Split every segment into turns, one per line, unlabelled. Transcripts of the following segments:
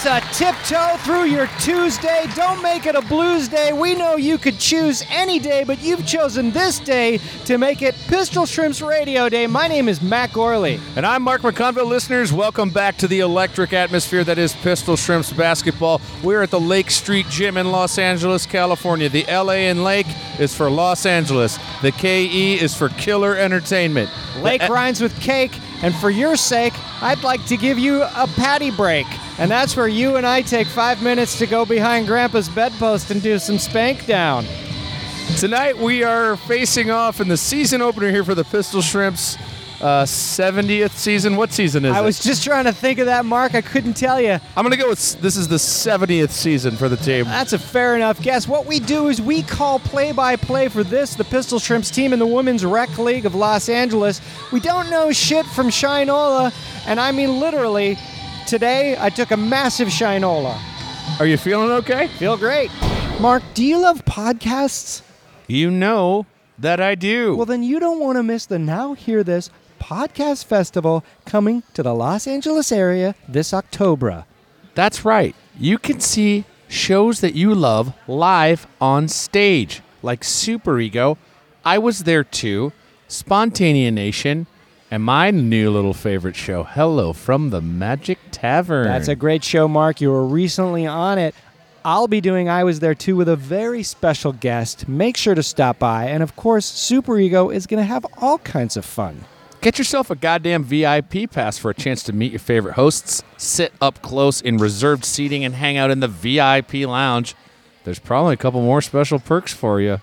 to tiptoe through your Tuesday. Don't make it a blues day. We know you could choose any day, but you've chosen this day to make it Pistol Shrimps Radio Day. My name is Matt Gorley.
And I'm Mark McConville. Listeners, welcome back to the electric atmosphere that is Pistol Shrimps basketball. We're at the Lake Street Gym in Los Angeles, California. The LA and Lake is for Los Angeles. The KE is for Killer Entertainment. Uh,
Lake
The-
rhymes with cake, and for your sake, I'd like to give you a patty break. And that's where you and I take five minutes to go behind Grandpa's bedpost and do some spank down.
Tonight we are facing off in the season opener here for the Pistol Shrimps. Uh, 70th season. What season is
I
it?
was just trying to think of that, Mark. I couldn't tell you.
I'm gonna go with s- this is the 70th season for the team.
That's a fair enough guess. What we do is we call play by play for this, the Pistol Shrimps team in the Women's Rec League of Los Angeles. We don't know shit from Shinola, and I mean literally, today I took a massive Shinola.
Are you feeling okay?
Feel great. Mark, do you love podcasts?
You know that I do.
Well, then you don't want to miss the Now Hear This Podcast Festival coming to the Los Angeles area this October.
That's right. You can see shows that you love live on stage, like Super Ego. I was there too, Spontanea Nation, and my new little favorite show, Hello from the Magic Tavern.
That's a great show, Mark. You were recently on it. I'll be doing I Was There Too with a very special guest. Make sure to stop by. And of course, Super Ego is going to have all kinds of fun.
Get yourself a goddamn VIP pass for a chance to meet your favorite hosts, sit up close in reserved seating, and hang out in the VIP lounge. There's probably a couple more special perks for you.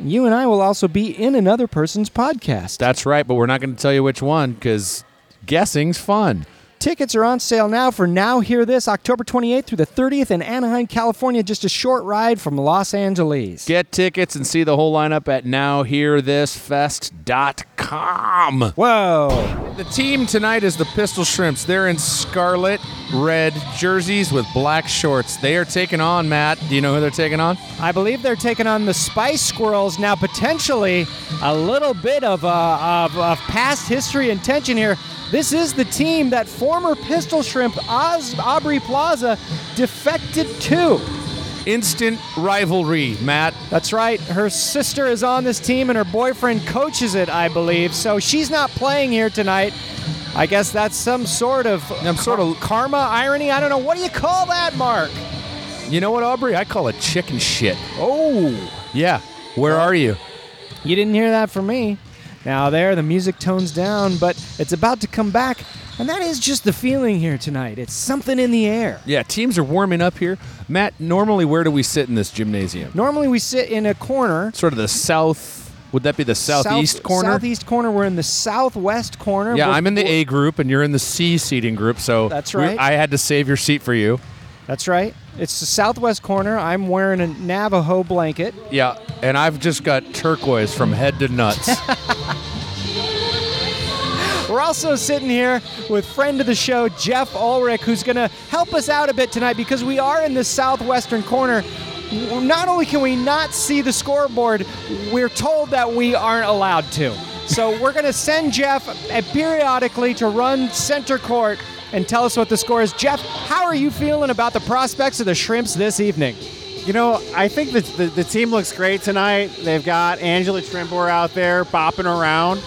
You and I will also be in another person's podcast.
That's right, but we're not going to tell you which one because guessing's fun.
Tickets are on sale now for Now Hear This, October 28th through the 30th in Anaheim, California, just a short ride from Los Angeles.
Get tickets and see the whole lineup at nowhearthisfest.com.
Whoa!
The team tonight is the Pistol Shrimps. They're in scarlet red jerseys with black shorts. They are taking on, Matt. Do you know who they're taking on?
I believe they're taking on the Spice Squirrels now. Potentially, a little bit of, uh, of of past history and tension here. This is the team that former Pistol Shrimp Oz, Aubrey Plaza defected to.
Instant rivalry, Matt.
That's right. Her sister is on this team, and her boyfriend coaches it, I believe. So she's not playing here tonight. I guess that's some sort of
I'm sort of-
karma irony. I don't know. What do you call that, Mark?
You know what, Aubrey? I call it chicken shit.
Oh.
Yeah. Where are you?
You didn't hear that from me. Now there, the music tones down, but it's about to come back, and that is just the feeling here tonight. It's something in the air.
Yeah, teams are warming up here. Matt, normally where do we sit in this gymnasium?
Normally we sit in a corner.
Sort of the south. Would that be the southeast
south-
corner?
Southeast corner. We're in the southwest corner.
Yeah,
We're-
I'm in the
we're-
A group and you're in the C seating group, so
That's
we-
right.
I had to save your seat for you.
That's right. It's the southwest corner. I'm wearing a Navajo blanket.
Yeah, and I've just got turquoise from head to nuts.
We're also sitting here with friend of the show, Jeff Ulrich, who's going to help us out a bit tonight because we are in the southwestern corner. Not only can we not see the scoreboard, we're told that we aren't allowed to. So we're going to send Jeff uh, periodically to run center court and tell us what the score is. Jeff, how are you feeling about the prospects of the Shrimps this evening?
You know, I think the, the, the team looks great tonight. They've got Angela Trimble out there bopping around.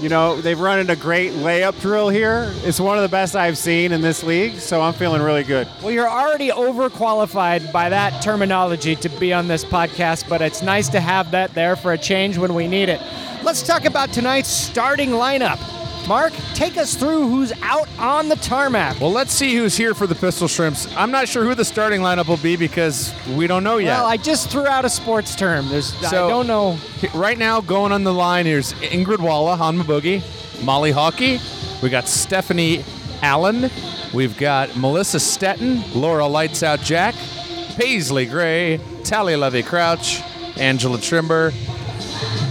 You know, they've run in a great layup drill here. It's one of the best I've seen in this league, so I'm feeling really good.
Well, you're already overqualified by that terminology to be on this podcast, but it's nice to have that there for a change when we need it. Let's talk about tonight's starting lineup. Mark, take us through who's out on the tarmac.
well, let's see who's here for the Pistol Shrimps. I'm not sure who the starting lineup will be because we don't know yet.
Well, I just threw out a sports term. There's,
So-
I don't know.
Right now, going on the line, here's Ingrid Walla, Hanma Boogie, Molly Hockey. We got Stephanie Allen. We've got Melissa Stetton, Laura Lights Out Jack, Paisley Gray, Tally Levy Crouch, Angela Trimber,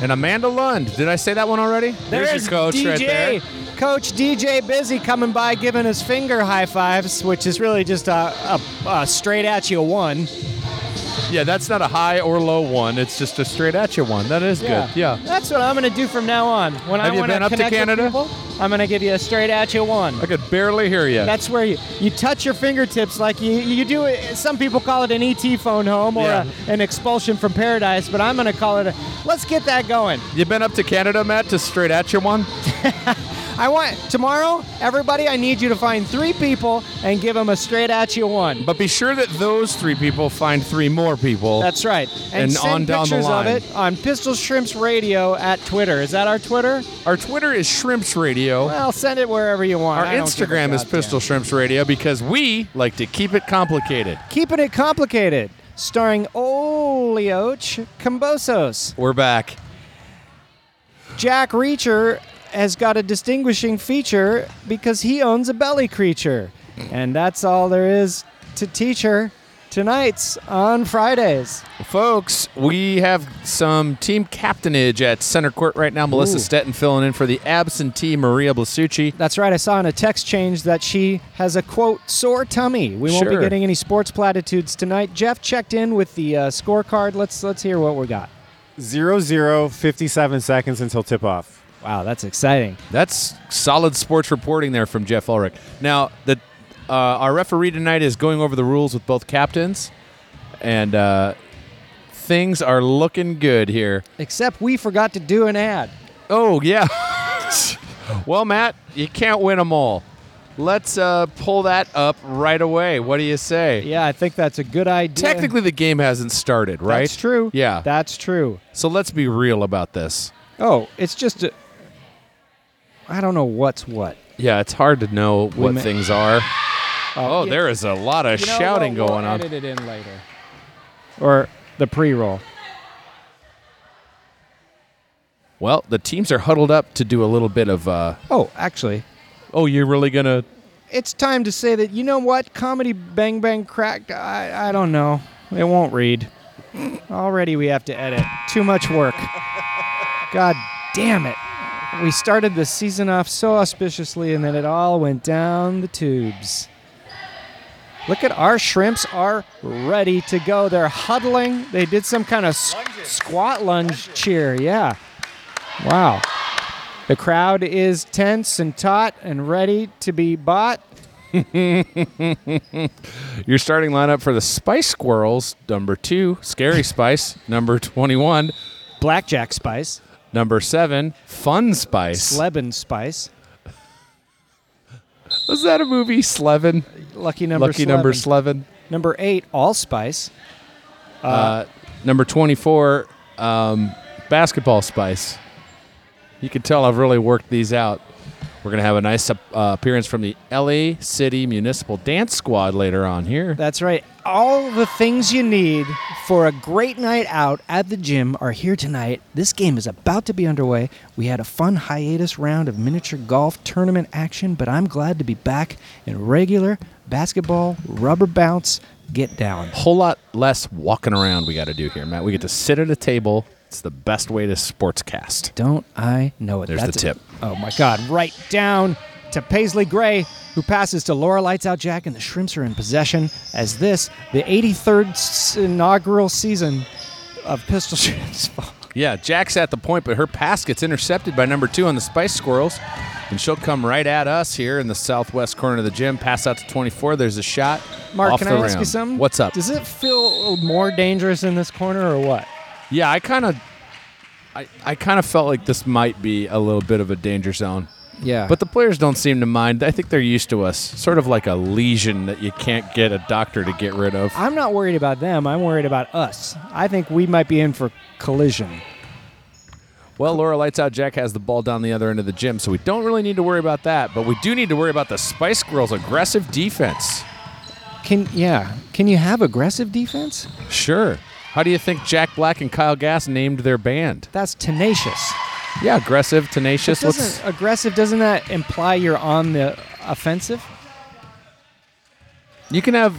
and Amanda Lund. Did I say that one already?
There's DJ. Coach DJ Busy coming by giving his finger high fives, which is really just a, a, a straight at you one.
Yeah, that's not a high or low one. It's just a straight at you one. That is good. Yeah.
That's what I'm going to do from now on. When I
Have you
wanna
been up to
connect with
Canada?
people, I'm going to give you a straight at you one.
I could barely hear you.
That's where you, you touch your fingertips like you, you do it. Some people call it an ET phone home or
Yeah.
a, an expulsion from paradise, but I'm going to call it a. Let's get that going.
you been up to Canada, Matt, to straight at you one?
I want tomorrow, everybody, I need you to find three people and give them a straight at you one.
But be sure that those three people find three more people.
That's right. And,
And
send
on down the
pictures
line.
of it on Pistol Shrimps Radio at Twitter. Is that our Twitter?
Our Twitter is Shrimps Radio.
Well, send it wherever you want.
Our
I don't give a
Instagram is
goddamn.
Pistol Shrimps Radio because we like to keep it complicated.
Keeping it complicated, starring Olioch Combosos.
We're back.
Jack Reacher has got a distinguishing feature because he owns a belly creature. And that's all there is to teacher tonight's on Fridays.
Folks, we have some team captainage at center court right now. Melissa Stetton filling in for the absentee Maria Blasucci.
That's right, I saw in a text change that she has a quote sore tummy. We won't be
Sure.
getting any sports platitudes tonight. Jeff checked in with the uh, scorecard. Let's let's hear what we got.
Zero zero fifty seven seconds until tip off.
Wow, that's exciting.
That's solid sports reporting there from Jeff Ulrich. Now, the uh, our referee tonight is going over the rules with both captains, and uh, things are looking good here.
Except we forgot to do an ad.
Oh yeah. well, Matt, you can't win them all. Let's uh, pull that up right away. What do you say?
Yeah, I think that's a good idea.
Technically, the game hasn't started, right?
that's true.
Yeah.
That's true.
so let's be real about this.
Oh, it's just a. I don't know what's what.
Yeah, it's hard to know what
ma-
things are. Oh, there is a lot of shouting going on.
it in later. Or the pre-roll.
Well, the teams are huddled up to do a little bit of. Uh,
Oh, actually,
oh, you're really gonna?
it's time to say that you know what comedy bang bang cracked. I I don't know. It won't read. Already we have to edit. Too much work. God damn it. We started the season off so auspiciously and then it all went down the tubes. Look at our shrimps are ready to go. They're huddling. They did some kind of s- squat lunge cheer. Yeah. Wow. The crowd is tense and taut and ready to be bought.
Your starting lineup for the Spice Squirrels: number two, Scary Spice; number twenty-one,
Blackjack spice,
number seven, Fun Spice.
Sleben spice,
Was that a movie, Slevin?
lucky number
Lucky number
Sleben.
Slevin.
Number eight, allspice.
Number 24, um, Basketball Spice. You can tell I've really worked these out. We're going to have a nice uh, appearance from the LA City Municipal Dance Squad later on here.
That's right. All the things you need for a great night out at the gym are here tonight. This game is about to be underway. We had a fun hiatus round of miniature golf tournament action, but I'm glad to be back in regular basketball, rubber bounce, get down.
Whole lot less walking around we got to do here, Matt. We get to sit at a table. It's the best way to sportscast.
Don't I know it?
There's the tip.
Oh my God! Right down to Paisley Gray, who passes to Laura Lights Out Jack, and the Shrimps are in possession as this, the 83rd s- inaugural season of Pistol Shrimps. Ball.
Yeah, Jack's at the point, but her pass gets intercepted by number two on the Spice Squirrels. And she'll come right at us here in the southwest corner of the gym. Pass out to 24. There's a shot.
Mark,
off
can
the
I ask
rim.
you something?
What's up?
Does it feel more dangerous in this corner or what?
Yeah, I kind of, I, I kind of felt like this might be a little bit of a danger zone,
Yeah,
but the players don't seem to mind. I think they're used to us, sort of like a lesion that you can't get a doctor to get rid of.
I'm not worried about them. I'm worried about us. I think we might be in for collision.
Well, Laura lights out. Jack has the ball down the other end of the gym, so we don't really need to worry about that. But we do need to worry about the Spice Girls' aggressive defense.
Can yeah? Can you have aggressive defense?
Sure. How do you think Jack Black and Kyle Gass named their band?
That's tenacious.
Yeah, aggressive, tenacious.
But
Let's,
doesn't aggressive doesn't that imply you're on the offensive?
you can have.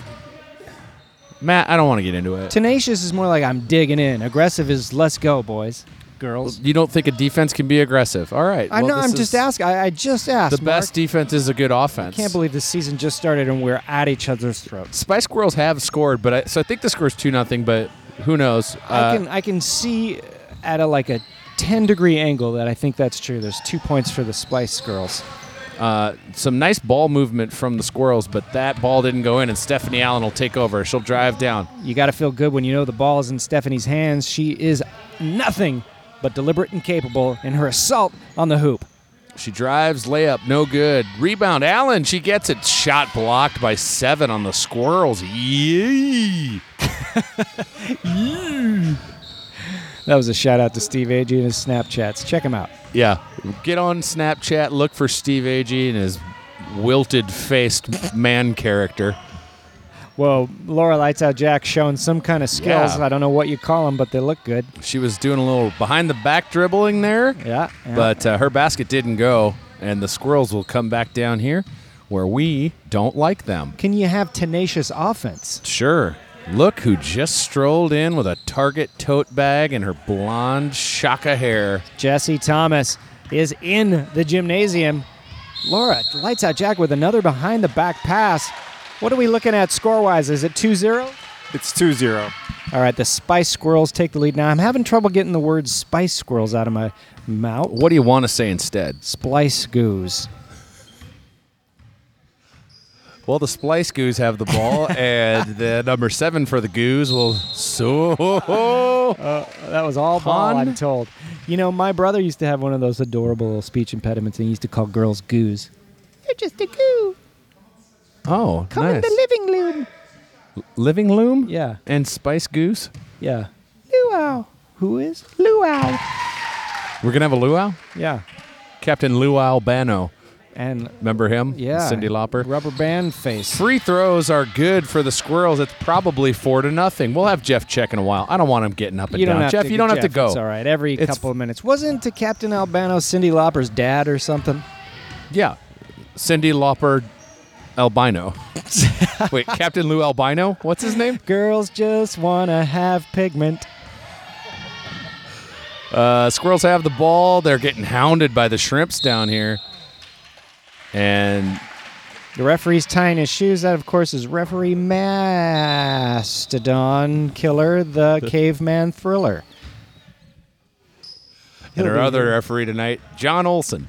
Matt, I don't want to get into it.
Tenacious is more like I'm digging in. Aggressive is let's go, boys, girls.
You don't think a defense can be aggressive? All right.
I
well,
know.
this
I'm
is-
just asking. I, I just asked.
The best
Mark.
defense is a good offense.
Can't believe the season just started and we're at each other's throats.
Spice Girls have scored, but I, so I think the score's two nothing. But Who knows?
I
Uh,
can I can see at a like a 10 degree angle that I think that's true. There's two points for the Spice Girls.
uh, some nice ball movement from the squirrels, but that ball didn't go in, and Stephanie Allen will take over. She'll drive down.
You got to feel good when you know the ball is in Stephanie's hands. She is nothing but deliberate and capable in her assault on the hoop.
She drives layup, no good. Rebound, Allen. She gets it. Shot blocked by seven on the squirrels. Yee!
That was a shout out to Steve Agee and his Snapchats. Check him out.
Yeah, get on Snapchat. Look for Steve Agee and his wilted-faced man character.
Well, Laura Lights Out Jack showing some kind of skills.
Yeah.
I don't know what you call them, but they look good.
She was doing a little behind-the-back dribbling there.
Yeah. yeah.
But uh, her basket didn't go, and the squirrels will come back down here where we don't like them.
can you have tenacious offense?
Sure. Look who just strolled in with a Target tote bag and her blonde shaka hair.
Jesse Thomas is in the gymnasium. Laura lights out Jack with another behind the back pass. What are we looking at score wise? Is it 2 0?
It's 2 0.
All right, the Spice Squirrels take the lead. Now, I'm having trouble getting the word Spice Squirrels out of my mouth.
What do you want to say instead?
Splice Goose.
Well, the Splice Goos have the ball, and the number seven for the Goos will. So.
That was all ball,
Pun?
I'm told. You know, my brother used to have one of those adorable little speech impediments, and he used to call girls goos. You're just a goo.
Oh,
Come in the living room.
Living Loom?
Yeah.
And Spice Goose?
Yeah. Luau. Who is? Luau.
We're going to have a luau?
Yeah.
Captain Luau Bano.
And
Remember him?
yeah.
Cindy Lauper.
Rubber band face.
Free throws are good for the squirrels. It's probably four to nothing. We'll have Jeff check in a while. I don't want him getting up and down.
have
Jeff,
to-
you don't have
Jeff,
to go.
It's all right. Every
It's-
couple of minutes. Wasn't to Captain Albano Cindy Lauper's dad or something?
Yeah. Cindy Lauper Albino. Wait, Captain Lou Albino? What's his name?
Girls just wanna have pigment.
Uh, squirrels have the ball. They're getting hounded by the shrimps down here. And
The referee's tying his shoes. That, of course, is referee Mastodon Killer, the caveman thriller.
and our other referee tonight, John Olson.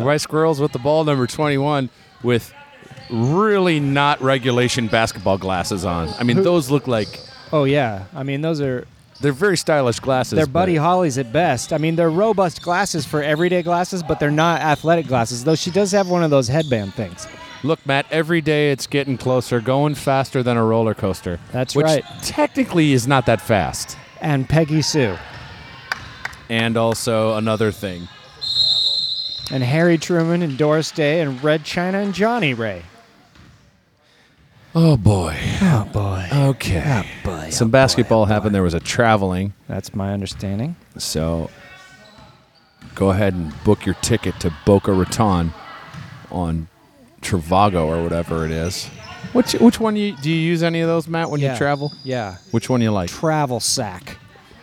White Squirrels with the ball, number 21, with really not regulation basketball glasses on. I mean, those look like
Oh yeah, I mean those are
they're very stylish glasses.
they're
but-
Buddy Holly's at best. I mean they're robust glasses for everyday glasses, but they're not athletic glasses. Though she does have one of those headband things.
Look, Matt, every day it's getting closer, going faster than a roller coaster.
That's
which
right.
technically is not that fast.
And Peggy Sue
And also another thing.
and Harry Truman and Doris Day and Red China and Johnny Ray.
Oh, boy.
Oh boy.
Okay.
boy.
Some basketball happened. There was a traveling.
That's my understanding.
So go ahead and book your ticket to Boca Raton on Travago or whatever it is. Which which one you, do you use any of those, Matt, when
Yeah.
you travel?
Yeah.
Which one you like?
Travel sack.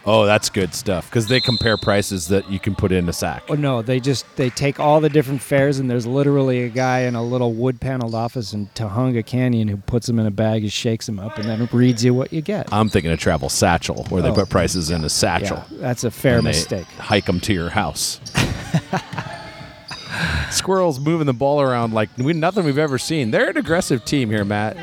Oh, that's good stuff because they compare prices that you can put in a sack.
Oh no, they just they take all the different fares and there's literally a guy in a little wood paneled office in Tahunga Canyon who puts them in a bag and shakes them up and then reads you what you get.
I'm thinking a travel satchel where they
Oh.
put prices in a
yeah,
satchel.
that's a fair
and they
mistake.
Hike them to your house. Squirrels moving the ball around like we, nothing we've ever seen. They're an aggressive team here, Matt.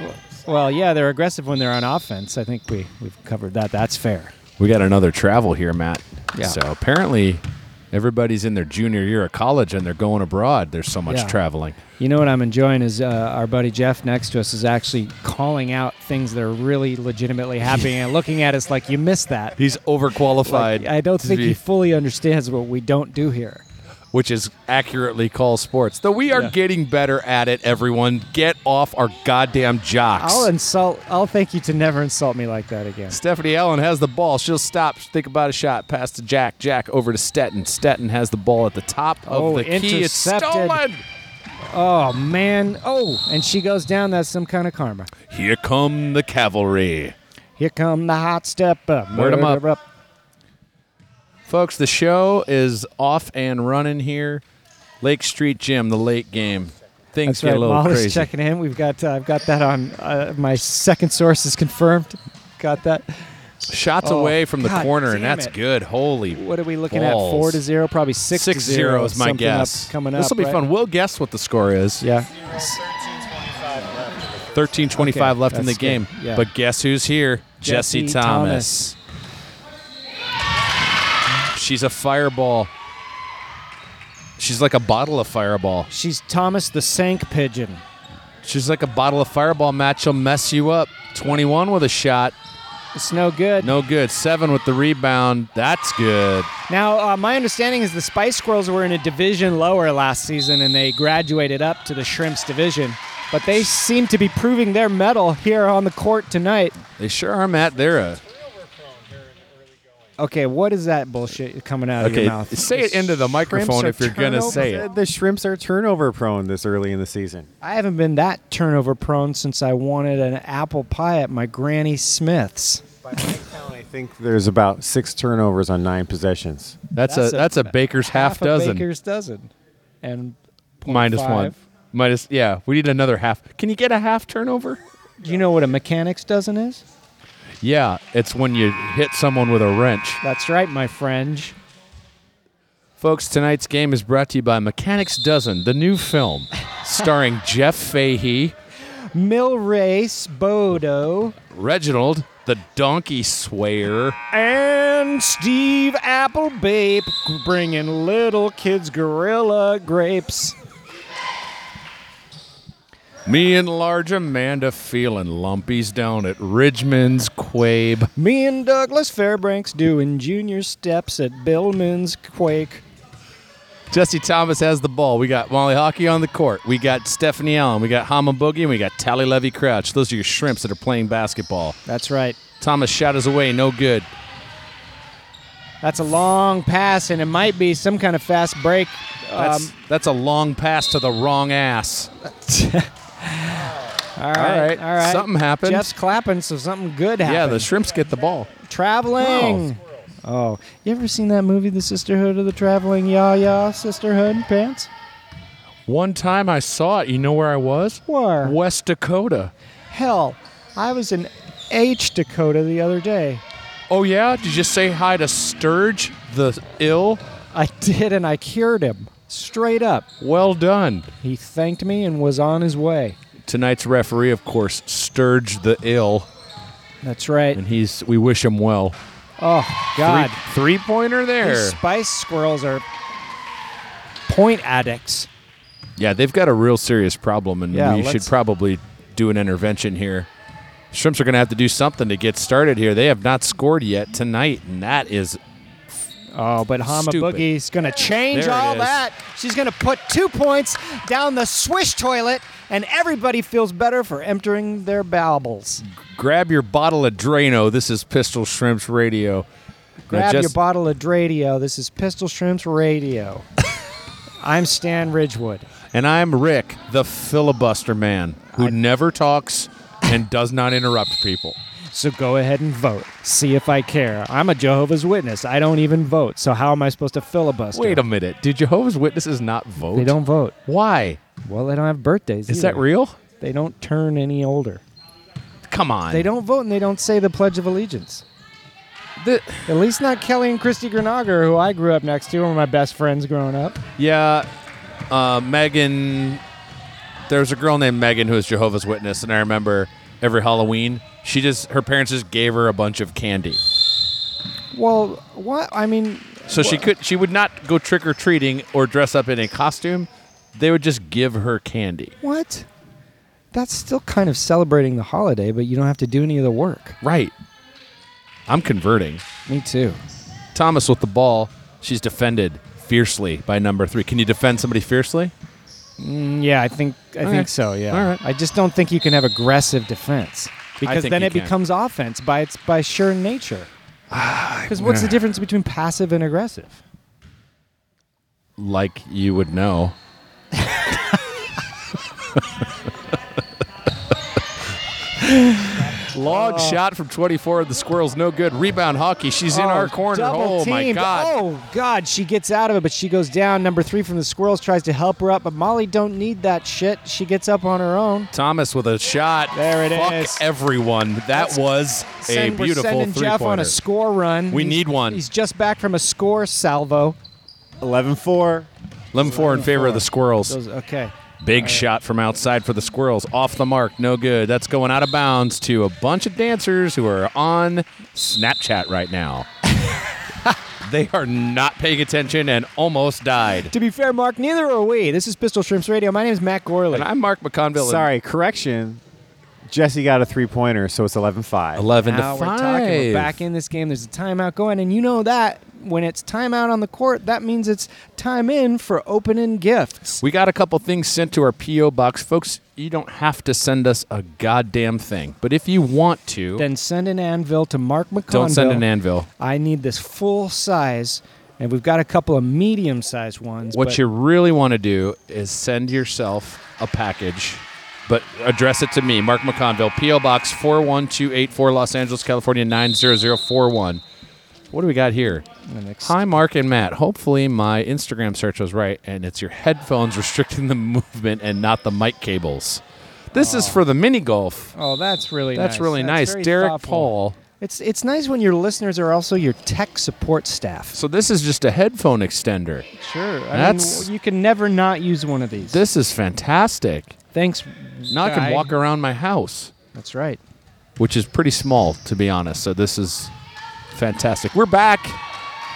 Well, yeah, they're aggressive when they're on offense. I think we we've covered that. That's fair.
We got another travel here, Matt.
Yeah.
So apparently, everybody's in their junior year of college and they're going abroad. There's so much
Yeah.
traveling.
You know what I'm enjoying is uh, our buddy Jeff next to us is actually calling out things that are really legitimately happening and looking at us like you missed that.
He's overqualified.
I don't
to
think he
be-
fully understands what we don't do here.
which is accurately called sports. Though we are
Yeah.
getting better at it. Everyone, get off our goddamn jocks.
I'll insult. I'll thank you to never insult me like that again.
Stephanie Allen has the ball. She'll stop. She'll think about a shot. Pass to Jack. Jack over to Stetton. Stetton has the ball at the top of
Oh,
the key. It's
intercepted.
stolen.
Oh man! Oh, and she goes down. That's some kind of karma.
Here come the cavalry.
Here come the hot stepper.
Word 'em up.
Murder
Folks, the show is off and running here. Lake Street Gym, the late game.
That's
Things get
right.
a little
Molly's
crazy.
checking in. We've got uh, I've got that on uh, my second source is confirmed. Got that.
Shots
Oh,
away from the
God
corner, and
damn
that's
it.
good. Holy
What are we looking
balls.
at? Four to zero, probably six.
Six
to zero,
zero is my
something
guess.
Up, coming up.
This will be
right?
fun. We'll guess what the score is.
Yeah.
13 25
Okay,
left in the
that's good.
game.
Yeah.
But guess who's here? Jesse,
Jesse
Thomas. She's a fireball. She's like a bottle of fireball.
She's Thomas the Sank Pigeon.
She's like a bottle of fireball match. She'll mess you up. 21 with a shot.
It's no good.
No good. Seven with the rebound. That's good.
Now, uh, my understanding is the Spice Girls were in a division lower last season, and they graduated up to the Shrimps division. But they seem to be proving their mettle here on the court tonight.
They sure are, Matt. They're a.
Okay, what is that bullshit coming out of
Okay,
your mouth?
say it into the microphone
are
if you're going to
turnovers.
say it.
The shrimps are turnover prone this early in the season.
I haven't been that turnover prone since I wanted an apple pie at my Granny Smith's.
By my count, I think there's about six turnovers on nine possessions.
That's, a, that's a baker's half,
a
dozen.
Baker's dozen, and
Minus
five.
one. Minus yeah, we need another half. Can you get a half turnover?
Do you know what a mechanic's dozen is?
Yeah, it's when you hit someone with a wrench.
That's right, my friend.
Folks, tonight's game is brought to you by Mechanics Dozen, the new film starring Jeff Fahey,
Milrace Bodo
Reginald, the donkey swayer,
and Steve Applebape bringing little kids gorilla grapes.
me and large Amanda feeling lumpies down at Ridgman's Quabe.
Me and Douglas Fairbanks doing junior steps at Billman's Quake.
Jesse Thomas has the ball. We got Molly Hockey on the court. We got Stephanie Allen. We got Hama Boogie, and we got Tally Levy Crouch. Those are your shrimps that are playing basketball.
That's right.
Thomas shot is away, no good.
That's a long pass, and it might be some kind of fast break. Um,
That's, that's a long pass to the wrong ass.
all right,
right.
all right.
Something happened.
Jeff's clapping, so something good happened.
Yeah, the shrimps get the ball.
traveling. Oh, you ever seen that movie, The Sisterhood of the Traveling Yah Yah Sisterhood Pants?
One time I saw it. You know where I was?
Where?
West Dakota.
Hell, I was in H Dakota the other day.
Oh yeah? Did you just say hi to Sturge the ill?
I did, and I cured him straight up.
Well done.
He thanked me and was on his way.
Tonight's referee, of course, Sturge the ill,
That's right.
and he's. We wish him well.
Oh God,
Three pointer
these
there.
spice squirrels are point addicts.
Yeah, they've got a real serious problem, and
Yeah,
we should
let's-
probably do an intervention here. Shrimps are going to have to do something to get started here. They have not scored yet tonight, and that is
Oh, but Hama
Stupid.
Boogie's gonna change
There it
all
is.
that. She's gonna put two points down the swish toilet, and everybody feels better for emptying their bowels.
grab your bottle of Drano. This is Pistol Shrimps Radio. Now,
Grab your
Jess-
bottle of Dradio. This is Pistol Shrimps Radio. I'm Stan Ridgewood.
And I'm Rick, the filibuster man who never talks and does not interrupt people.
So go ahead and vote. See if I care. I'm a Jehovah's Witness. I don't even vote. So how am I supposed to filibuster?
Wait a minute. Do Jehovah's Witnesses not vote?
They don't vote.
Why?
Well, they don't have birthdays.
Is that
either.
real?
They don't turn any older.
Come on.
They don't vote and they don't say the Pledge of Allegiance.
Th-
At least not Kelly and Christy Grenager, who I grew up next to, were my best friends growing up.
yeah. Uh, Megan. There was a girl named Megan who was Jehovah's Witness, and I remember every Halloween, she just her parents just gave her a bunch of candy.
Well, what? I mean,
So she could she would not go trick or treating or dress up in a costume. They would just give her candy.
what? That's still kind of celebrating the holiday, but you don't have to do any of the work.
Right. I'm converting.
Me too.
Thomas with the ball. She's defended fiercely by number three. Can you defend somebody fiercely?
Yeah, I think I
Okay.
think so. Yeah,
All right.
I just don't think you can have aggressive defense because
think
then
you
it
can.
becomes offense by its by sure nature.
Ah,
Because what's the difference between passive and aggressive?
Like you would know. Log shot from 24 of the squirrels, no good. Rebound hockey. She's in
Oh. Oh,
our corner.
double
Oh my
teamed.
god.
Oh god, she gets out of it, but she goes down. Number three from the squirrels tries to help her up, but Molly don't need that shit. She gets up on her own.
Thomas with a shot.
There it
it is. Fuck
is.
everyone. That was a
Send- we're
beautiful
sending
three
Jeff on
pointer.
a score run.
We
He's-
need one.
He's just back from a score salvo.
11 4.
Lim four in favor of the squirrels.
Those, okay.
Big shot from outside for the squirrels. Off the mark. No good. That's going out of bounds to a bunch of dancers who are on Snapchat right now. they are not paying attention and almost died.
To be fair, Mark, neither are we. This is Pistol Shrimps Radio. My name is Matt Gorley.
And I'm Mark McConville.
Sorry, correction. Jesse got a three pointer, so it's 11 5.
11
now
to
we're
5.
talking. We're back in this game. There's a timeout going, and you know that when it's timeout on the court, that means it's time in for opening gifts.
We got a couple things sent to our P.O. box. Folks, you don't have to send us a goddamn thing. But if you want to,
Then send an anvil to Mark McConville.
don't send an anvil.
I need this full size, and we've got a couple of medium sized ones.
What
but
you really want to do is send yourself a package, but address it to me, Mark McConville, P.O. Box 41284, Los Angeles, California 90041. What do we got here?
an ex-
Hi, Mark and Matt. Hopefully, my Instagram search was right, and it's your headphones restricting the movement and not the mic cables. This is for the mini golf.
Oh, that's really nice.
That's really nice.
Oh. very
Derek
thoughtful.
Paul.
It's it's nice when your listeners are also your tech support staff.
So this is just a headphone extender.
Sure, I mean,
That's-
you can never not use one of these.
This is fantastic.
Thanks.
Now I
guy.
can walk around my house,
That's right.
which is pretty small to be honest. So this is fantastic. We're back.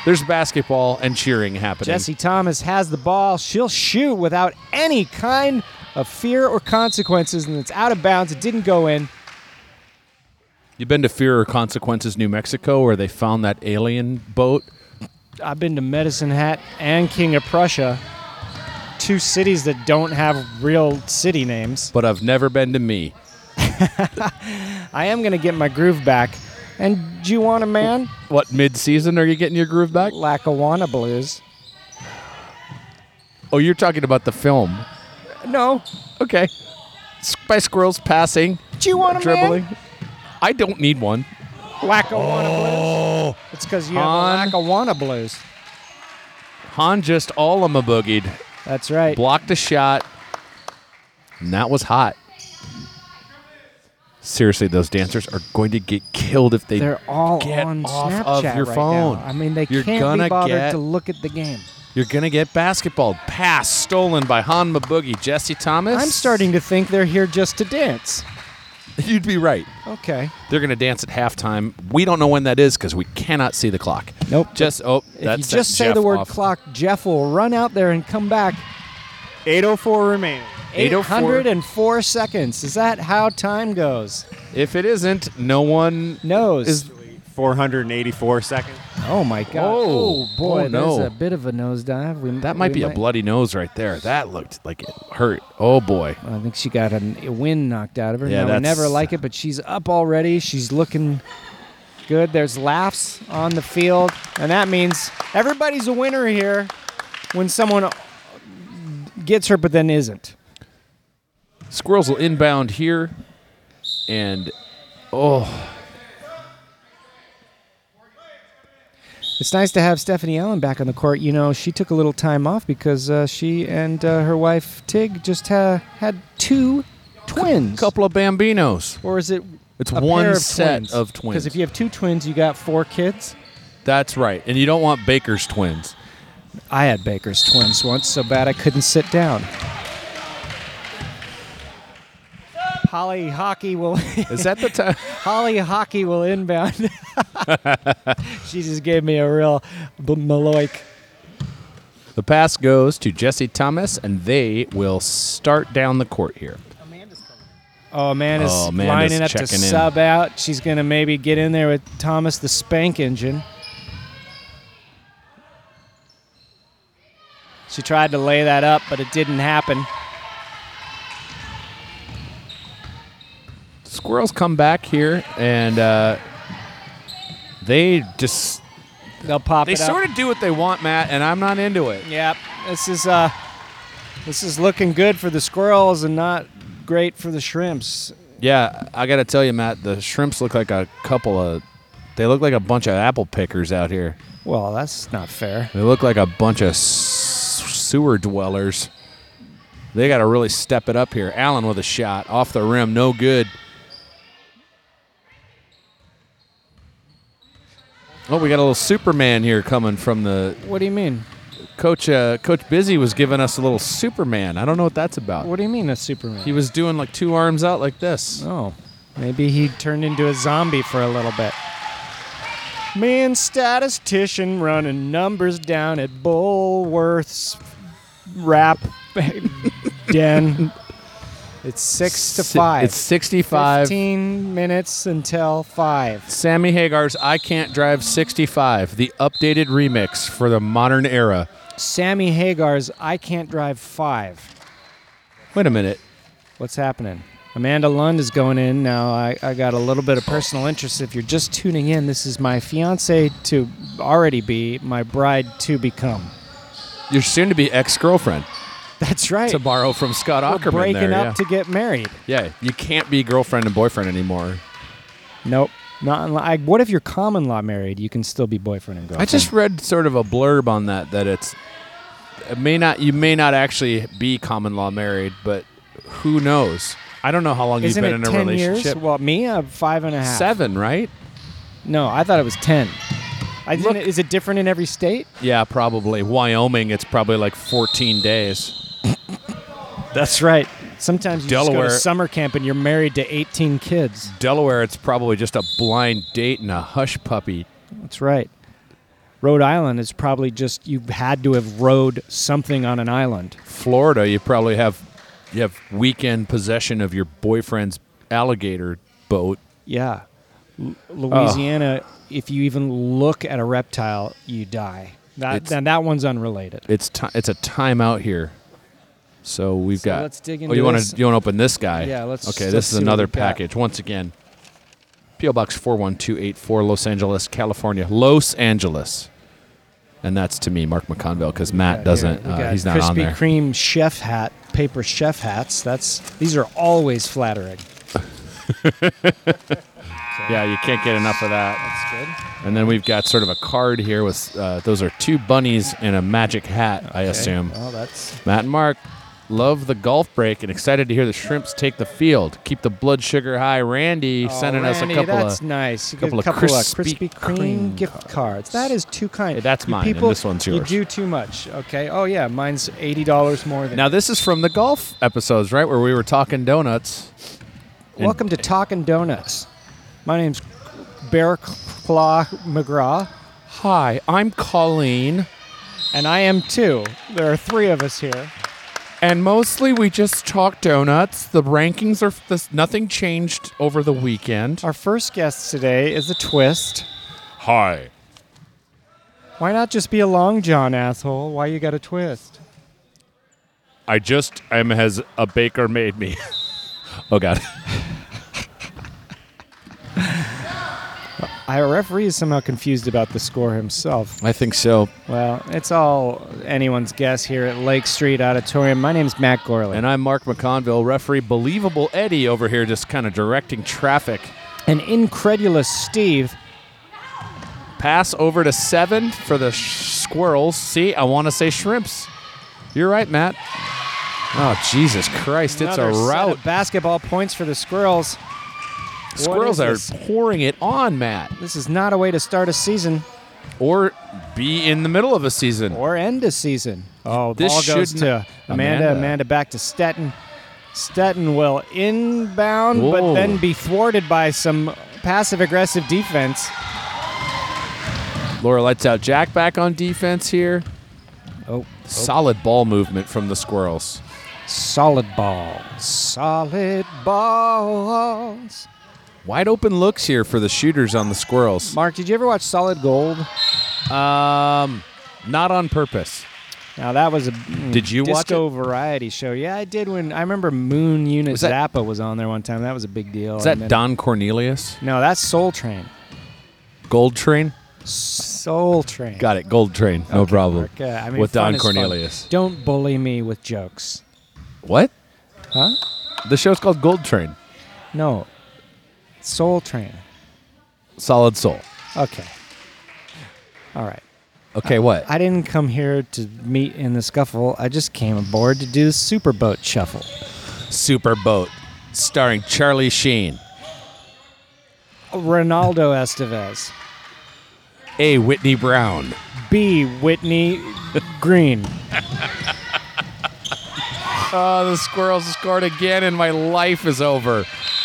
There's basketball and cheering happening.
Jesse Thomas has the ball. She'll shoot without any kind of fear or consequences, and it's out of bounds. It didn't go in.
You've been to Fear or Consequences, New Mexico, where they found that alien boat.
I've been to Medicine Hat and King of Prussia, two cities that don't have real city names.
But I've never been to me.
I am going to get my groove back. And do you want a man?
What mid-season are you getting your groove back?
Lackawanna Blues.
Oh, you're talking about the film.
No.
Okay. S- By squirrels passing,
Do you want a
dribbling.
man?
I don't need one.
Lackawanna Blues. It's because you
Han.
have a Lackawanna Blues.
Han just all of boogied.
That's right.
blocked a shot, and that was hot. Seriously, those dancers are going to get killed if they.
They're all
Get
on
off
Snapchat
of your
right
phone.
now. I mean, they
You're
can't be
gonna
bothered
get-
to look at the game.
You're going to get basketball. Pass stolen by Han Maboogie. Jesse Thomas.
I'm starting to think they're here just to dance.
You'd be right.
Okay.
They're going to dance at halftime. We don't know when that is because we cannot see the clock.
Nope.
Just oh,
If
that's
you just say the word clock, Jeff will run out there and come back.
804 remaining.
804.
804 seconds. Is that how time goes?
If it isn't, no one.
Knows.
Is-
484 seconds.
oh my God.
Oh.
boy,
Oh, no.
that's a bit of a nosedive. We,
That might
we
be a bloody nose right there. That looked like it hurt. Oh boy.
I think she got a, a wind knocked out of her.
Yeah,
now, I
that's-
never like it, but she's up already. She's looking good. There's laughs on the field, and that means everybody's a winner here when someone gets her but then isn't.
Squirrels will inbound here, and oh,
It's nice to have Stephanie Allen back on the court. You know, she took a little time off because uh, she and uh, her wife Tig just ha- had two twins.
couple of bambinos.
Or is it?
It's
a
one
pair of
set
twins?
of
Because
twins.
if you have two twins, you got four kids.
That's right, and you don't want Baker's twins.
I had Baker's twins once so bad I couldn't sit down. Holly hockey will
Is that the time?
Holly hockey will inbound. she just gave me a real b- maloik.
the pass goes to Jesse Thomas, and they will start down the court here.
Oh man is
Oh, Amanda's
lining up to
checking in.
sub out. She's gonna maybe get in there with Thomas the Spank Engine. She tried to lay that up, but it didn't happen.
Squirrels come back here, and uh, they just
They'll pop
they
it up.
sort of do what they want, Matt, and I'm not into it.
Yep. This is uh this is looking good for the squirrels and not great for the shrimps.
Yeah, I gotta tell you, Matt, the shrimps look like a couple of. They look like a bunch of apple pickers out here.
Well, that's not fair.
They look like a bunch of s- sewer dwellers. They got to really step it up here. Allen with a shot off the rim, no good. Oh, we got a little Superman here coming from the
What do you mean?
coach. Uh, coach Busy was giving us a little Superman. I don't know what that's about.
What do you mean a Superman?
He was doing like two arms out like this.
oh, maybe he turned into a zombie for a little bit. Man, statistician running numbers down at Bullworth's rap den. It's six to
Si-
five.
It's 65.
15 minutes until five.
Sammy Hagar's I Can't Drive 65, the updated remix for the modern era.
Sammy Hagar's I Can't Drive Five.
Wait a minute.
What's happening? Amanda Lund is going in now. I, I got a little bit of personal interest. If you're just tuning in, this is my fiance to already be, my bride to become.
Your soon to be ex girlfriend,
That's right.
to borrow from Scott
We're
Ackerman.
breaking
there,
up
yeah.
to get married.
yeah, you can't be girlfriend and boyfriend anymore.
Nope. Not unlike. What if you're common law married? You can still be boyfriend and
I
girlfriend.
just read sort of a blurb on that that it's it may not you may not actually be common law married, but who knows? I don't know how long
isn't
you've been
it
in a
ten years?
relationship.
Well, me, I'm five and a half.
Seven, right?
No, I thought it was ten. I didn't,
Look-
is it different in every state?
Yeah, probably. Wyoming, it's probably like 14 days.
That's right. Sometimes you just go
Delaware-
to summer camp and you're married to 18 kids.
Delaware, it's probably just a blind date and a hush puppy.
That's right. Rhode Island is probably just you've had to have rode something on an island.
Florida, you probably have you have weekend possession of your boyfriend's alligator boat.
Yeah. L- Louisiana, if you even look at a reptile, you die. That
It's-
then that one's unrelated.
It's ti it's a timeout here. So we've
So
got.
let's dig
oh,
into
you wanna-
this.
you want to open this guy?
Yeah, let's-
Okay,
let's
this
see
is
what
another
we've got.
package once again. PO Box four one two eight four, Los Angeles, California, Los Angeles, and that's to me, Mark McConville, because Matt doesn't.
We
Uh,
got
he's not on
Krispy
there.
Kreme chef hat, paper chef hats. That's these are always flattering.
Yeah, you can't get enough of that.
That's good.
And then we've got sort of a card here with uh, those are two bunnies and a magic hat, I assume.
Well, that's
Matt and Mark love the golf break and excited to hear the shrimps take the field. Keep the blood sugar high. Randy Oh, sending us a
Oh, Randy,
couple
that's
of.
nice. You get a
couple of
couple of
Krispy
Krispy Kreme,
Kreme
gift cards. That is too kind.
Hey, that's
You
mine, and
people,
this one's yours.
You do too much. Okay. Oh yeah, mine's eighty dollars more than.
Now this is from the golf episodes, right, where we were talking donuts.
Welcome to Talking Donuts. My name's Bear Claw McGraw,
Hi, I'm Colleen,
and I am too. There are three of us here.
and mostly we just talk donuts. The rankings are this, nothing changed over the weekend.
Our first guest today is a twist.
Hi,
Why not just be a long john, asshole? Why you got a twist?
I just am as a baker made me. oh God.
Our referee is somehow confused about the score himself.
I think so.
Well, it's all anyone's guess here at Lake Street Auditorium. My name's Matt Gorley.
And I'm Mark McConville, referee Believable Eddie over here, just kind of directing traffic.
An incredulous Steve.
Pass over to seven for the sh- squirrels. See, I want to say shrimps. You're right, Matt. Oh, Jesus Christ, it's
Another
a
set
rout.
of basketball points for the Squirrels.
Squirrels
What
are
is this?
pouring it on, Matt.
This is not a way to start a season
Or be in the middle of a season.
or end a season. Oh,
This
ball goes
should
to
not-
Amanda.
Amanda.
Amanda. back to Stetton. Stetton will inbound, but
Whoa.
then be thwarted by some passive aggressive defense.
Laura lights out Jack back on defense here.
Oh,
Solid ball movement from the squirrels.
solid ball. Solid balls.
Wide open looks here for the shooters on the squirrels.
Mark, did you ever watch Solid Gold?
Um, not on purpose.
Now that was a mm,
Did you
disco
watch it?
variety show. Yeah, I did. When I remember Moon Unit
Was that-
Zappa was on there one time. That was a big deal.
Is that
And then-
Don Cornelius?
No, that's Soul Train.
Gold Train?
Soul Train.
Got it. Gold Train. No problem.
Mark, uh, I mean,
With
fun
Don
is fun.
Cornelius.
Don't bully me with jokes.
What?
Huh?
The show's called Gold Train.
No. Soul Train.
Solid Soul.
Okay. All right.
Okay, what?
I didn't come here to meet in the scuffle. I just came aboard to do the super boat shuffle.
Super Boat, starring Charlie Sheen,
Ronaldo Estevez.
A. Whitney Brown,
B. Whitney Green.
Oh, the squirrels scored again, and my life is over.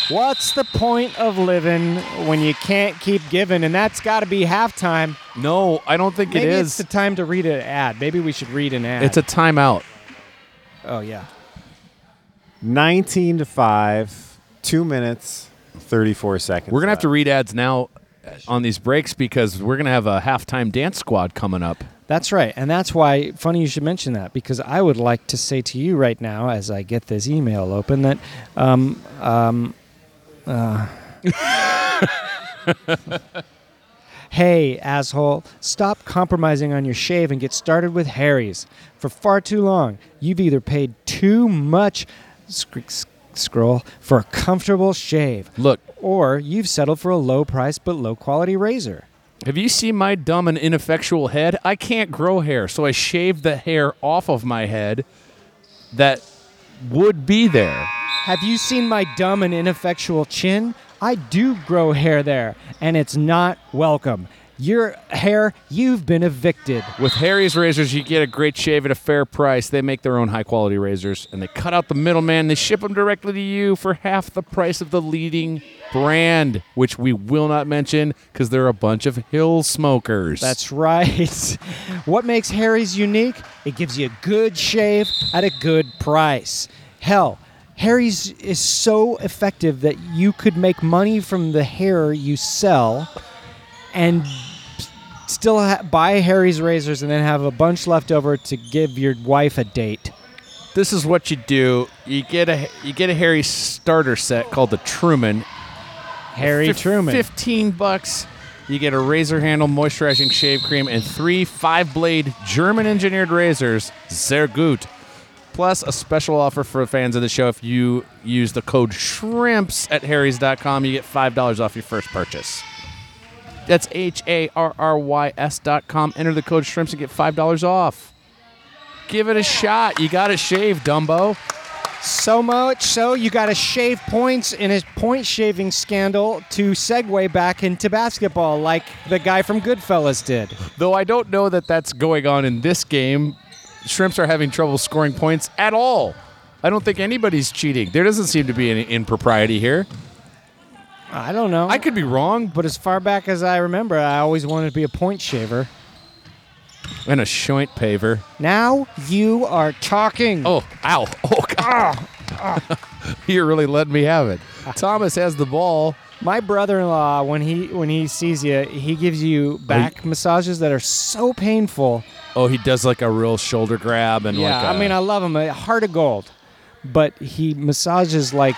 What's the point of living when you can't keep giving? And that's got to be halftime.
No, I don't think
Maybe
it
it's
is.
the time to read an ad. Maybe we should read an ad.
It's a timeout.
oh yeah.
19 to 5, 2 minutes, 34 seconds.
We're gonna have to
left.
read ads now on these breaks because we're gonna have a halftime dance squad coming up.
That's right. And that's why, funny you should mention that, because I would like to say to you right now, as I get this email open, that um, um, uh, hey, asshole, stop compromising on your shave and get started with Harry's. For far too long, you've either paid too much sc- sc- scroll for a comfortable shave,
Look,
or you've settled for a low price but low quality razor.
have you seen my dumb and ineffectual head? I can't grow hair, so I shaved the hair off of my head that would be there.
Have you seen my dumb and ineffectual chin? I do grow hair there, and it's not welcome. Your hair, you've been evicted.
With Harry's razors, you get a great shave at a fair price. They make their own high quality razors and they cut out the middleman. They ship them directly to you for half the price of the leading brand, which we will not mention because they're a bunch of hill smokers.
That's right. What makes Harry's unique? It gives you a good shave at a good price. Hell, Harry's is so effective that you could make money from the hair you sell and still ha- buy Harry's razors and then have a bunch left over to give your wife a date.
this is what you do. You get a you get a Harry starter set called the Truman.
Harry
Fif-
Truman.
15 bucks. You get a razor handle, moisturizing shave cream, and three five blade German engineered razors. Sehr gut. Plus a special offer for fans of the show. If you use the code SHRIMPS at Harry's.com, you get $5 off your first purchase. That's H A R R Y S.com. Enter the code SHRIMPS and get $5 off. Give it a shot. You got to shave, Dumbo.
So much so you got to shave points in a point shaving scandal to segue back into basketball, like the guy from Goodfellas did.
Though I don't know that that's going on in this game. Shrimps are having trouble scoring points at all. I don't think anybody's cheating. There doesn't seem to be any impropriety here.
I don't know.
I could be wrong,
but as far back as I remember, I always wanted to be a point shaver.
and a shoint paver.
Now you are talking.
Oh, ow. Oh, God. you really let me have it. Thomas has the ball.
My brother-in-law, when he when he sees you, he gives you back massages that are so painful.
Oh, he does like a real shoulder grab and
Yeah,
like uh,
I
a-
mean, I love him, a heart of gold, but he massages like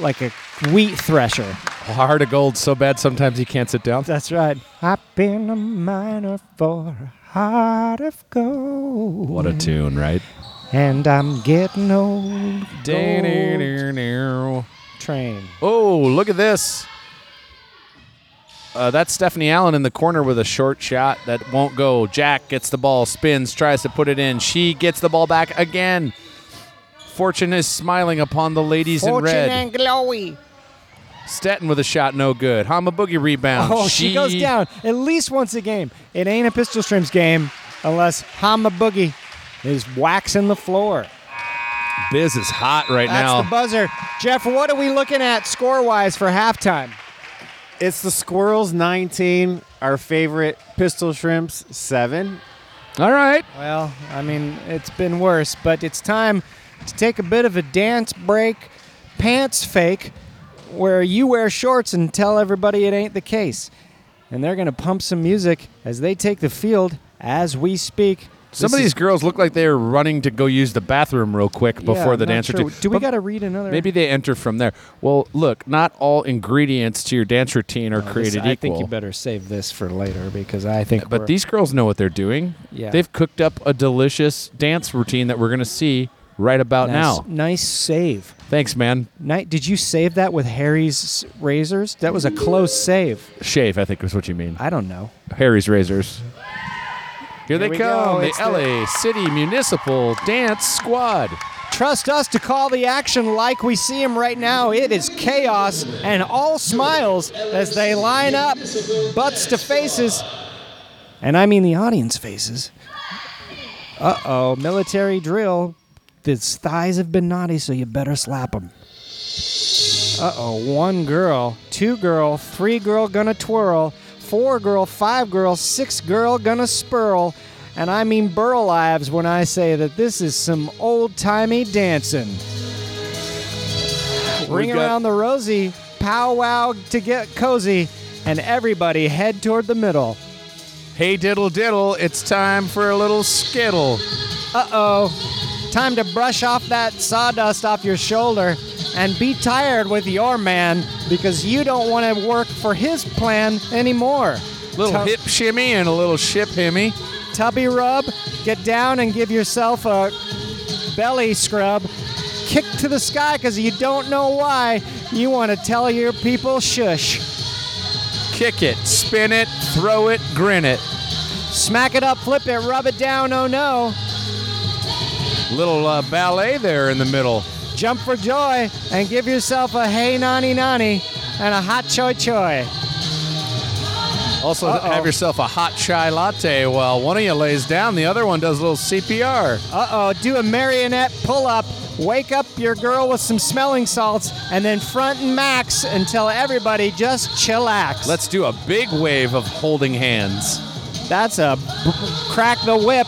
like a wheat thresher.
heart of gold so bad sometimes he can't sit down.
That's right. I've been a miner for a heart of gold.
What a tune, right?
And I'm getting old. Gold
Oh,
train.
look at this. Uh, that's Stephanie Allen in the corner with a short shot that won't go. Jack gets the ball, spins, tries to put it in. She gets the ball back again. Fortune is smiling upon the ladies in red.
glowy.
Stetton with a shot, no good. Hama Boogie rebound.
Oh, she, goes down at least once a game. It ain't a Pistol Shrimps game unless Hama Boogie is waxing the floor.
Biz is hot right
That's
now.
the buzzer. Jeff, what are we looking at score wise for halftime?
It's the Squirrels 19, our favorite Pistol Shrimps 7.
All right.
Well, I mean, it's been worse, but it's time to take a bit of a dance break, pants fake, where you wear shorts and tell everybody it ain't the case. And they're going to pump some music as they take the field as we speak.
Some of these girls look like they're running to go use the bathroom real quick before the dancer.
Do, do we
But-
got to read another?
Maybe they enter from there. Well, look, not all ingredients to your dance routine are
This-
created
I
equal.
think you better save this for later because I think.
But
we're-
these girls know what they're doing.
Yeah.
They've cooked up a delicious dance routine that we're going to see right about
Nice-
now.
nice save.
Thanks, man.
Night, did you save that with Harry's razors? That was a close save.
Shave, I think is what you mean.
I don't know.
Harry's razors. Here, they
we
come,
go.
the
It's the-
LA City Municipal Dance Squad.
Trust us to call the action like we see him right now. It is chaos and all smiles as they line up, butts to faces. And I mean the audience faces. Uh oh, military drill. His thighs have been naughty, so you better slap him. Uh oh, one girl, two girl, three girl gonna twirl, four girl, five girl, six girl gonna spurl. And I mean burl lives when I say that this is some old timey dancing. Ring
got-
around the rosy, powwow to get cozy, and everybody head toward the middle.
Hey, diddle diddle, it's time for a little skittle.
Uh oh, time to brush off that sawdust off your shoulder and be tired with your man because you don't want to work for his plan anymore.
Little
Tub-
hip shimmy and a little ship himmy.
tubby rub, get down and give yourself a belly scrub, kick to the sky because you don't know why. You want to tell your people shush.
Kick it, spin it, throw it, grin it.
Smack it up, flip it, rub it down, oh no.
Little uh, ballet there in the middle.
Jump for joy and give yourself a hey nani nani and a hot choi choi.
Also,
Uh-oh.
have yourself a hot chai latte while one of you lays down, the other one does a little CPR.
Uh oh, do a marionette pull up, wake up your girl with some smelling salts, and then front and max until everybody just chillax.
Let's do a big wave of holding hands.
That's a b- crack the whip.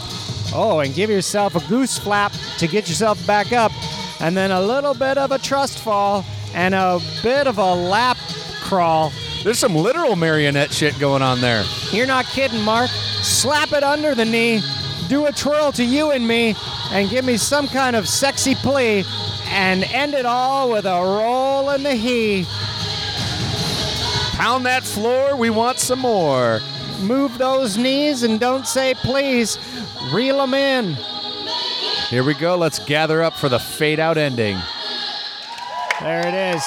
Oh, and give yourself a goose flap to get yourself back up, and then a little bit of a trust fall and a bit of a lap crawl.
There's some literal marionette shit going on there.
You're not kidding, Mark. Slap it under the knee, do a twirl to you and me, and give me some kind of sexy plea, and end it all with a roll in the he.
Pound that floor, we want some more.
Move those knees and don't say please. Reel them in.
Here we go, let's gather up for the fade out ending.
There it is.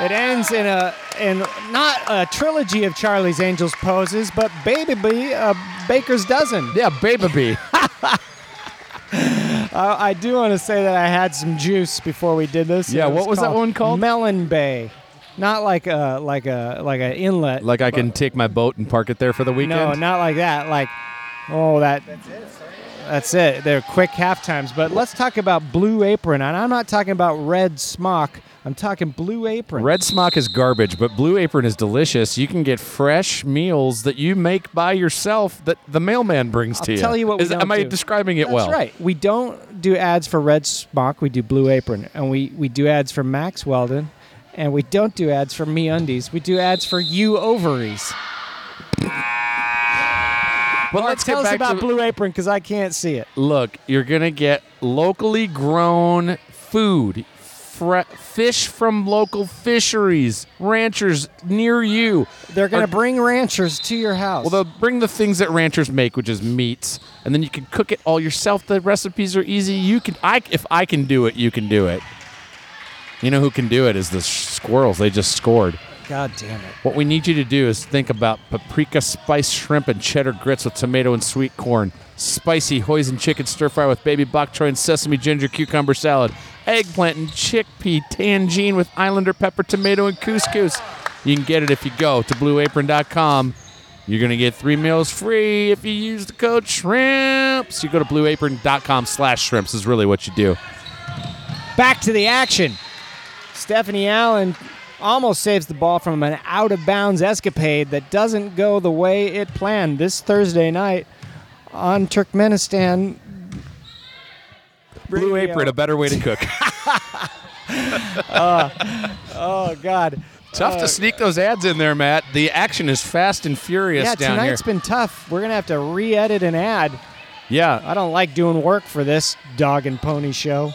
It ends in a in not a trilogy of Charlie's Angels poses, but baby bee a baker's dozen.
Yeah, baby bee.
Uh, I do want to say that I had some juice before we did this.
Yeah,
It
what was that one called?
Melon Bay, not like a like a like an inlet.
like I can take my boat and park it there for the
no,
weekend.
not like that. Like oh that. That's it. They're quick half times. But let's talk about Blue Apron. And I'm not talking about red smock. I'm talking Blue Apron.
Red smock is garbage, but Blue Apron is delicious. You can get fresh meals that you make by yourself that the mailman brings to you.
tell you what we
Is-
don't
am I
do.
describing it
That's
well?
right. We don't do ads for Red Smock. We do Blue Apron, and we we do ads for Max Weldon, and we don't do ads for Me Undies. We do ads for You Ovaries.
But
Mark,
let's get
tell us
back
about
to
Blue Apron because I can't see it.
look, you're gonna get locally grown food, fre- fish from local fisheries, ranchers near you.
They're gonna
Are-
bring ranchers to your house.
Well, they'll bring the things that ranchers make, which is meats, and then you can cook it all yourself. The recipes are easy. You can, I, if I can do it, you can do it. You know who can do it is the squirrels. They just scored.
God damn it!
What we need you to do is think about paprika, spice shrimp, and cheddar grits with tomato and sweet corn. Spicy hoisin chicken stir fry with baby bok choy and sesame ginger cucumber salad. Eggplant and chickpea tangine with islander pepper, tomato, and couscous. You can get it if you go to blueapron.com. You're going to get three meals free if you use the code SHRIMPS. You go to blueapron.com slash shrimps is really what you do.
Back to the action. Stephanie Allen almost saves the ball from an out of bounds escapade that doesn't go the way it planned this Thursday night on Turkmenistan.
Blue
Radio.
Apron, a better way to cook.
Oh God.
Tough to sneak those ads in there, Matt. The action is fast and furious
Yeah,
down here.
tonight's been tough. We're gonna have to re-edit an ad.
yeah. uh,
I don't like doing work for this dog and pony show.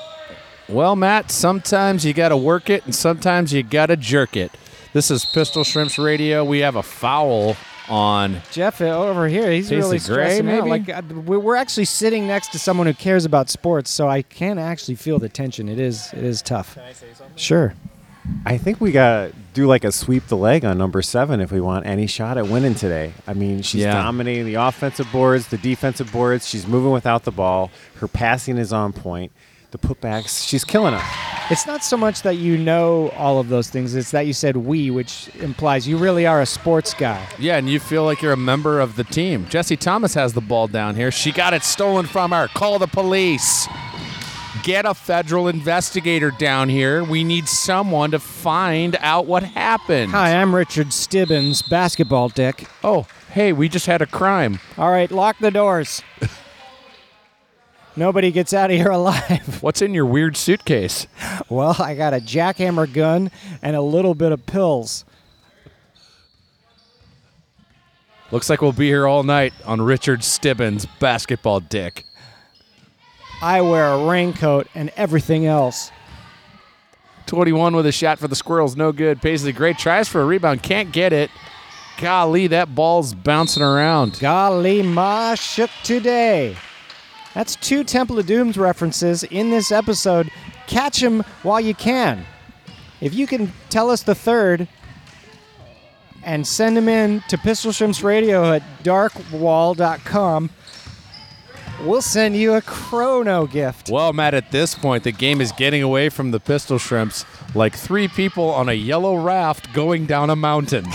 Well, Matt, sometimes you got to work it and sometimes you got to jerk it. This is Pistol Shrimps Radio. We have a foul on.
Jeff uh, over here, he's
Taste
really
of gray,
stressing out.
maybe?
Like uh, we- we're actually sitting next to someone who cares about sports, so I can actually feel the tension. It is it is tough. Can I say something? Sure.
I think we gotta do like a sweep the leg on number seven if we want any shot at winning today. I mean, she's
Yeah.
dominating the offensive boards, the defensive boards. She's moving without the ball. Her passing is on point. The putbacks, she's killing us.
It's not so much that you know all of those things; it's that you said "we," which implies you really are a sports guy.
Yeah, and you feel like you're a member of the team. Jesse Thomas has the ball down here. She got it stolen from her. Call the police. Get a federal investigator down here. We need someone to find out what happened.
Hi, I'm Richard Stibbins, basketball dick.
Oh, hey, we just had a crime.
All right, lock the doors. Nobody gets out of here alive.
What's in your weird suitcase?
Well, I got a jackhammer gun and a little bit of pills.
Looks like we'll be here all night on Richard Stibbins' basketball dick.
I wear a raincoat and everything else.
21 with a shot for the Squirrels. No good. Paisley, great tries for a rebound. Can't get it. Golly, that ball's bouncing around.
Golly, ma shook today. That's two Temple of Dooms references in this episode. Catch 'em while you can. If you can tell us the third and send 'em in to Pistol Shrimps Radio at darkwall.com, we'll send you a chrono gift.
Well, Matt, at this point, the game is getting away from the pistol shrimps like three people on a yellow raft going down a mountain.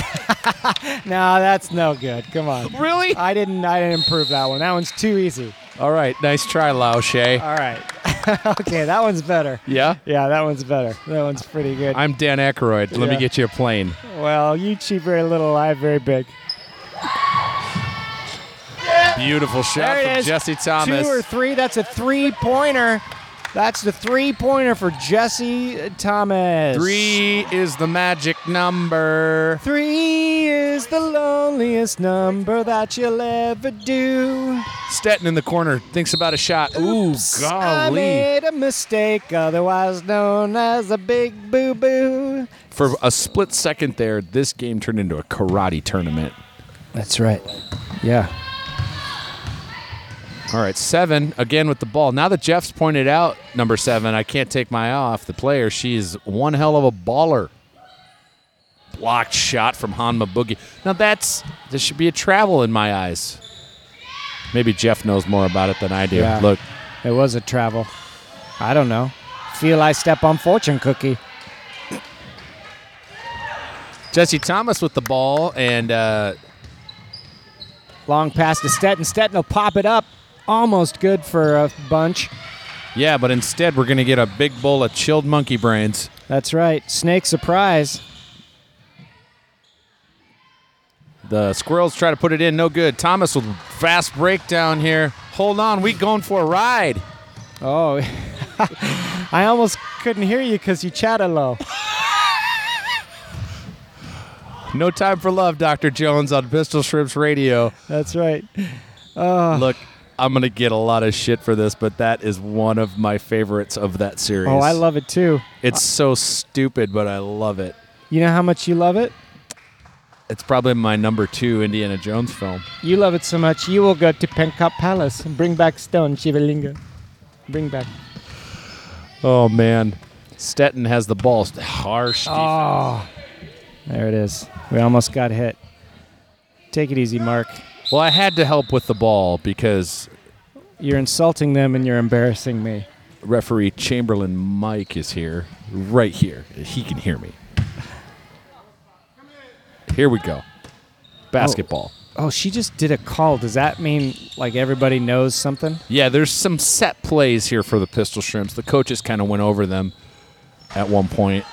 No, that's no good. Come on.
Really?
I didn't I didn't improve that one. That one's too easy.
All right, nice try, Lao Shea.
All right. okay, that one's better.
Yeah?
Yeah, that one's better. That one's pretty good.
I'm Dan Aykroyd. Let me
Yeah.
get you a plane.
Well, you cheat very little, I very big.
Beautiful shot
There it
from
is.
Jesse Thomas.
Two or three. That's a three pointer. That's the three pointer for Jesse Thomas.
Three is the magic number.
Three is the loneliest number that you'll ever do.
Stetton in the corner thinks about a shot. Ooh,
Oops, I
golly.
made a mistake, otherwise known as a big boo boo.
For a split second there, this game turned into a karate tournament.
That's right. Yeah.
All right, seven again with the ball. Now that Jeff's pointed out number seven, I can't take my eye off the player. She's one hell of a baller. Blocked shot from Hanma Boogie. Now that's this should be a travel in my eyes. Maybe Jeff knows more about it than I do.
Yeah.
Look,
It was a travel. I don't know. Feel I step on fortune cookie.
Jesse Thomas with the ball, and uh,
Long pass to Stetton. Stetton will pop it up. Almost good for a bunch.
yeah, but instead we're gonna get a big bowl of chilled monkey brains.
That's right. Snake surprise.
The squirrels try to put it in, no good. Thomas with fast breakdown here. Hold on, we going for a ride.
Oh, I almost couldn't hear you because you chatted low.
No time for love, Dr. Jones on Pistol Shrimps Radio.
That's right.
Look, I'm going to get a lot of shit for this, but that is one of my favorites of that series.
Oh, I love it too.
It's so stupid, but I love it.
You know how much you love it?
It's probably my number 2 Indiana Jones film.
You love it so much, you will go to Pencop Palace and bring back stone, Shivalinga. Bring back.
Oh man. Stetton has the ball. Harsh. defense.
Oh, there it is. We almost got hit. Take it easy, Mark.
Well, I had to help with the ball because
You're insulting them and you're embarrassing me.
referee Chamberlain Mike is here, right here. He can hear me. Here we go. Basketball.
Oh, she just did a call. Does that mean like everybody knows something?
Yeah, there's some set plays here for the Pistol Shrimps. The coaches kind of went over them at one point.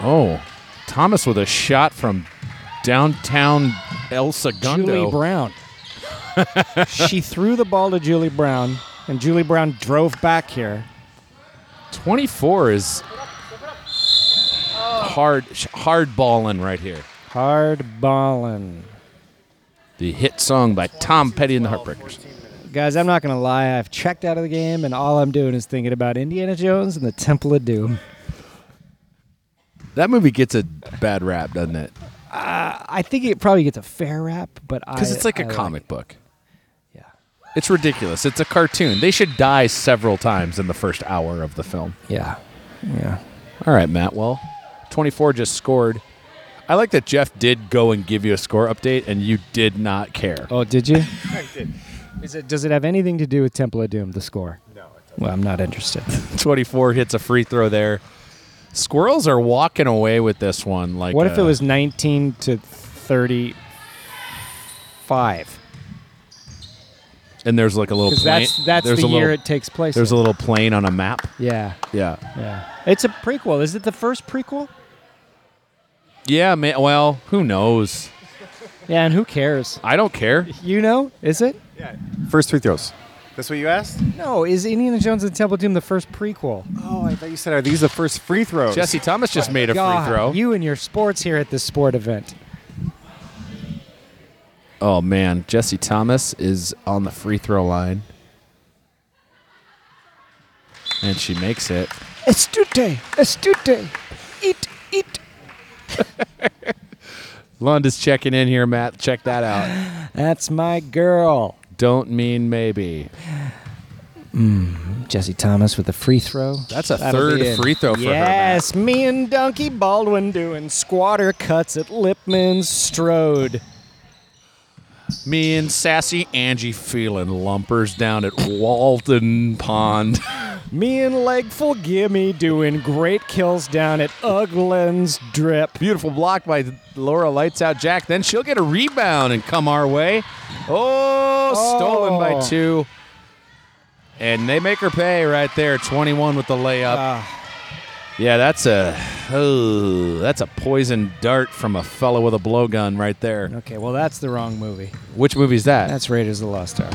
Oh, Thomas with a shot from downtown
Julie
El Segundo.
Brown. she threw the ball to Julie Brown, and Julie Brown drove back here.
24 is hard sh- hard balling right here.
Hard ballin'.
The hit song by Tom Petty and the Heartbreakers.
Guys, I'm not going to lie. I've checked out of the game, and all I'm doing is thinking about Indiana Jones and the Temple of Doom.
That movie gets a bad rap, doesn't it?
I think it probably gets a fair rap, but I
Because it's like
a
a comic book.
yeah.
It's ridiculous. It's a cartoon. They should die several times in the first hour of the film.
Yeah. Yeah.
All right, Matt. Well, 24 just scored. I like that Jeff did go and give you a score update, and you did not care.
Oh, did you? Is it, does it have anything to do with Temple of Doom, the score? No. Well, I'm not interested.
24 hits a free throw there. Squirrels are walking away with this one. Like,
What if
uh,
it was 19 to 35?
And there's like a little.
Because
Plane,
that's that's the
there's
year
a little,
it takes place.
There's a
in.
little plane on a map.
yeah,
Yeah.
yeah. It's a prequel. Is it the first prequel?
Yeah. Man, well, who knows?
Yeah, and who cares?
I don't care.
You know, is it?
Yeah. First three throws. That's what you asked?
No, is Indiana Jones and the Temple of Doom the first prequel?
Oh, I thought you said are these the first free throws?
Jesse Thomas just made a
God,
free throw.
you and your sports here at this sport event.
oh man, Jesse Thomas is on the free throw line, and she makes it.
Estute, estute, eat, eat.
Lund is checking in here, Matt. Check that out.
That's my girl.
Don't mean maybe.
Jesse Thomas with a free throw.
That's a
That'll be
third
it.
free throw for her. Matt.
yes, me and Donkey Baldwin doing squatter cuts at Lipman's Strode.
Me and sassy Angie feeling lumpers down at Walton Pond.
Me and Legful Gimme doing great kills down at Uglin's Drip.
Beautiful block by Laura Lights Out Jack. Then she'll get a rebound and come our way. Oh, stolen by
Oh.
two. And they make her pay right there. 21 with the layup.
Ah,
Yeah, that's a oh, that's a poison dart from a fellow with a blowgun right there.
Okay, well that's the wrong movie.
Which movie is that?
That's Raiders of the Lost Ark.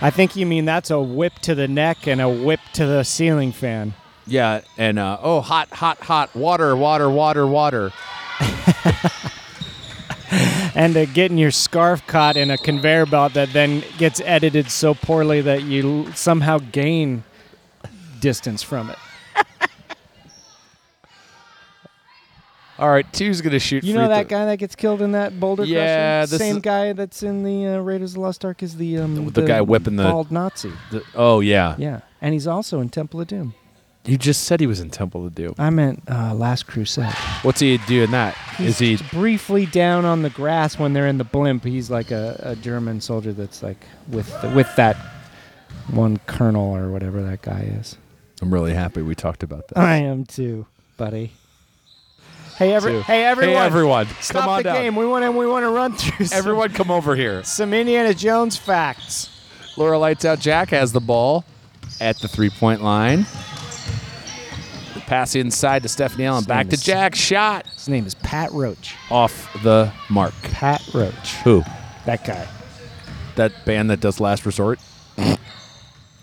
I think you mean that's a whip to the neck and a whip to the ceiling fan.
yeah, and uh, oh, hot, hot, hot, water, water, water, water.
and uh, getting your scarf caught in a conveyor belt that then gets edited so poorly that you l- somehow gain distance from it.
All right, two's gonna shoot.
You
free
know that
throw-
guy that gets killed in that boulder
Yeah,
crusher?
this
Same
is-
guy that's in the uh, Raiders of the Lost Ark is the, um,
The guy whipping the-
bald Nazi.
the- oh yeah.
Yeah, and he's also in Temple of Doom.
you just said he was in Temple of Doom.
I meant uh, Last Crusade.
What's he doing that? Is he?
briefly down on the grass when they're in the blimp? He's like a, a German soldier that's like with with that one colonel or whatever that guy is.
I'm really happy we talked about that.
I am too, buddy. Hey, every,
Too.
hey everyone!
Hey everyone,
Stop
come on
the
down.
game. We want to we want to run through some-
Everyone, come over here.
some Indiana Jones facts.
Laura lights out. Jack has the ball at the three-point line. The pass inside to Stephanie Allen. Back to
Same as-
Jack. Shot
His name is Pat Roach.
off the mark.
Pat Roach.
Who?
That guy.
That band that does Last Resort.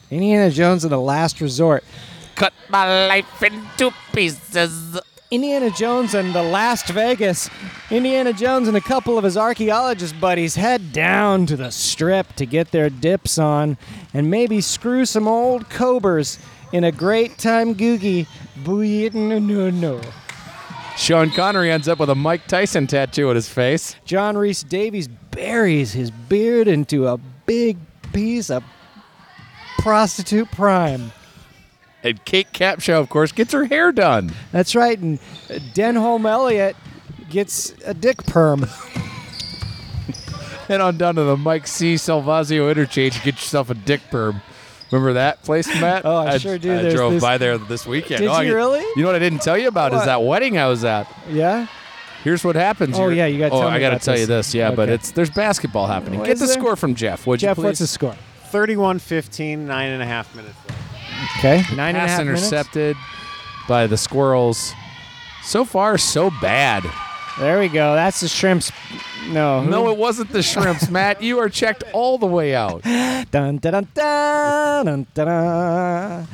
Indiana Jones and the Last Resort.
Cut my life into pieces.
Indiana Jones and the Last Vegas. Indiana Jones and a couple of his archaeologist buddies head down to the strip to get their dips on and maybe screw some old cobras in a great time googie. Booyah, no, no, no.
Sean Connery ends up with a Mike Tyson tattoo on his face.
John Reese Davies buries his beard into a big piece of prostitute prime.
And Kate Capshaw, of course, gets her hair done.
That's right, and Denholm Elliott gets a dick perm.
Head on down to the Mike C. Salvazio interchange and get yourself a dick perm. Remember that place, Matt?
Oh, I sure do.
I
There's
drove
this-
by there this weekend.
Did
Oh,
you really?
You know what I didn't tell you about is
What?
that wedding I was at.
Yeah?
Here's what happens.
Oh,
You're-
yeah, you gotta
Oh,
tell
I
me
gotta
about
tell you
this.
this. Yeah, but
Okay.
it's there's basketball happening.
What
get
is
the
there?
score from Jeff. Would
Jeff,
you
what's
please?
the score?
31 15, nine and a half minutes left.
Okay. Nine and a
pass
half minutes.
intercepted by the squirrels. So far, so bad.
There we go. That's the shrimps. No. who-
No, it wasn't the shrimps, Matt. You are checked all the way out.
Dun, dun, dun, dun, dun, dun, dun.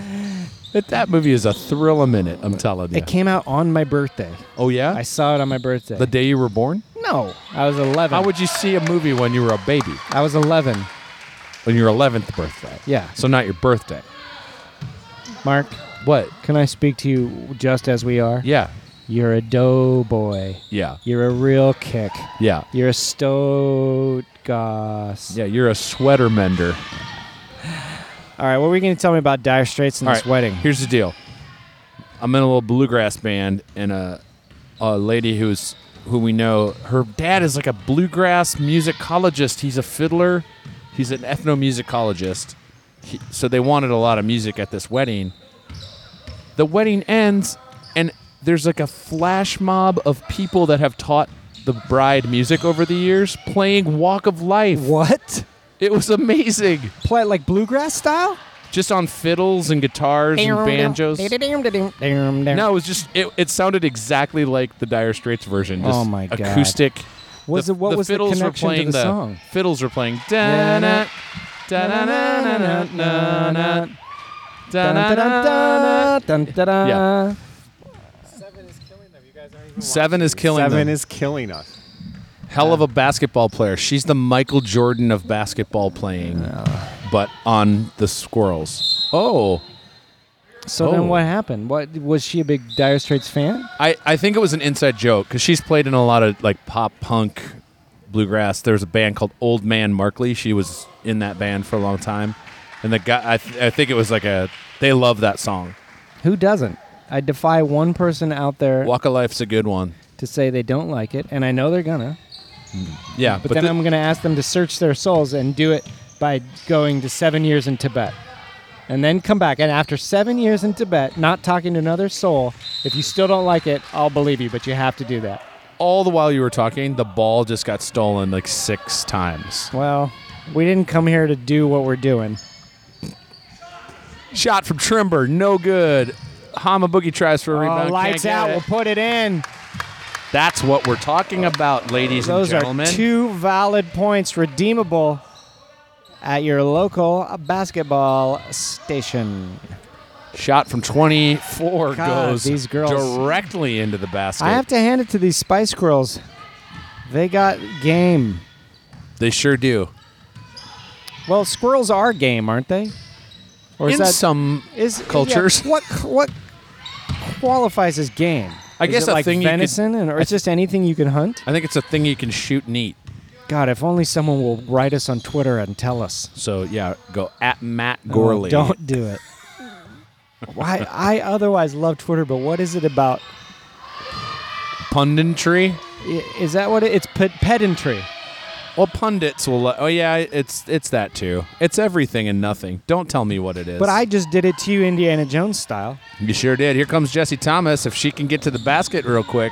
That, that movie is a thrill a minute. I'm telling you.
It came out on my birthday.
Oh yeah,
I saw it on my birthday.
the day you were born.
no, I was 11.
How would you see a movie when you were a baby?
I was 11.
On your 11th birthday.
Yeah.
So not your birthday.
Mark,
What?
Can I speak to you just as we are?
Yeah.
You're a doughboy.
Yeah.
You're a real kick.
Yeah.
You're a Stogas.
Yeah, you're a sweater mender.
All right, what are we going to tell me about Dire Straits and
All
this wedding?
Here's the deal. I'm in a little bluegrass band, and a a lady who's who we know. Her dad is like a bluegrass musicologist. He's a fiddler. He's an ethnomusicologist. He, so they wanted a lot of music at this wedding. The wedding ends, and there's like a flash mob of people that have taught the bride music over the years playing Walk of Life.
What?
It was amazing.
Play it like bluegrass style?
Just on fiddles and guitars and banjos. No, it was just it, it sounded exactly like the Dire Straits version. Just
Oh my God.
acoustic.
Was it- what was the
fiddles were
connection to
playing
the song?
Fiddles were playing. da-na, da-na-na-na-na, da-na, da-na-na-na.
Yeah.
Seven is killing them. You guys aren't even
Seven is killing
Seven
them.
is killing us.
Hell of a basketball player. She's the Michael Jordan of basketball playing, but on the squirrels. Oh,
So
Oh.
then what happened? What was she a big Dire Straits fan?
I, I think it was an inside joke because she's played in a lot of like pop punk bluegrass. There was a band called Old Man Markley. She was in that band for a long time, and the guy I, th- I think it was like a they love that song.
Who doesn't? I defy one person out there
Walk of Life's a good one.
to say they don't like it, and I know they're gonna.
Yeah,
But, then
the-
I'm gonna ask them to search their souls and do it by going to seven years in Tibet, and then come back. And after seven years in Tibet, not talking to another soul, if you still don't like it, I'll believe you. But you have to do that.
all the while you were talking, the ball just got stolen like six times.
Well, we didn't come here to do what we're doing.
Shot from Trimber, no good. Hama Boogie tries for a
Oh,
rebound. can't
lights
get
out.
it.
We'll put it in.
That's what we're talking about, ladies
Those
and
are
gentlemen.
two valid points redeemable at your local basketball station.
Shot from 24
God,
goes
these girls.
directly into the basket.
I have to hand it to these Spice Girls. They got game.
they sure do.
Well, squirrels are game, aren't they? Or
In some,
is yeah,
cultures.
what what qualifies as game?
I
Is
guess
it
a
like
thing you could-
venison, and, or it's just anything you can hunt.
I think it's a thing you can shoot and eat.
God, if only someone will write us on Twitter and tell us.
So yeah, go at Matt
No,
Gorley.
Oh, don't do it. Why I otherwise love Twitter, but what is it about?
punditry.
i- Is that what it, it's pe- pedantry?
Well, pundits will. li- Oh yeah, it's it's that too. It's everything and nothing. Don't tell me what it is.
But I just did it to you, Indiana Jones style,
You sure did. Here comes Jesse Thomas. If she can get to the basket real quick.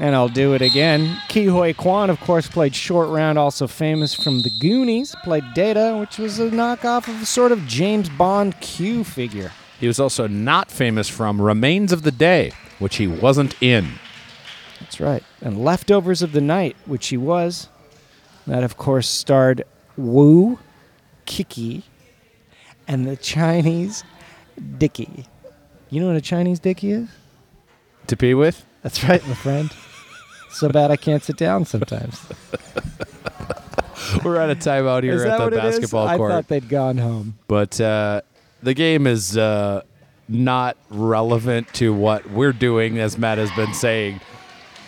and I'll do it again. Kihoi Kwan, of course, played Short Round, also famous from The Goonies. Played Data, which was a knockoff of a sort of James Bond Q figure.
He was also not famous from Remains of the Day, which he wasn't in.
That's right. And Leftovers of the Night, which he was. That, of course, starred Wu, Kiki, and the Chinese Dicky. You know what a Chinese Dicky is?
To pee with.
That's right, my friend. So bad I can't sit down sometimes.
We're out of time out here
is that
at the
what
basketball
it is?
court.
I thought they'd gone home.
but uh, the game is uh, not relevant to what we're doing, as Matt has been saying.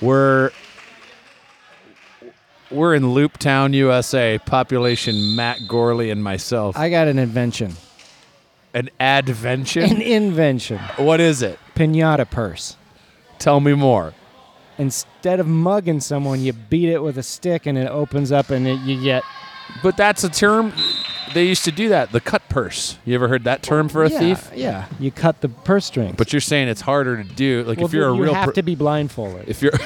We're we're in Loop Town, USA. Population Matt Gorley and myself.
I got an invention.
An adventure.
An invention.
what is it?
Pinata purse.
Tell me more.
Instead of mugging someone, you beat it with a stick and it opens up and it, you get
But that's a term they used to do that. The cut purse. You ever heard that term for a
yeah,
thief?
Yeah. You cut the purse string.
But you're saying it's harder to do. Like
Well,
if you're a
you
real
have
per-
to be blindfolded.
if you're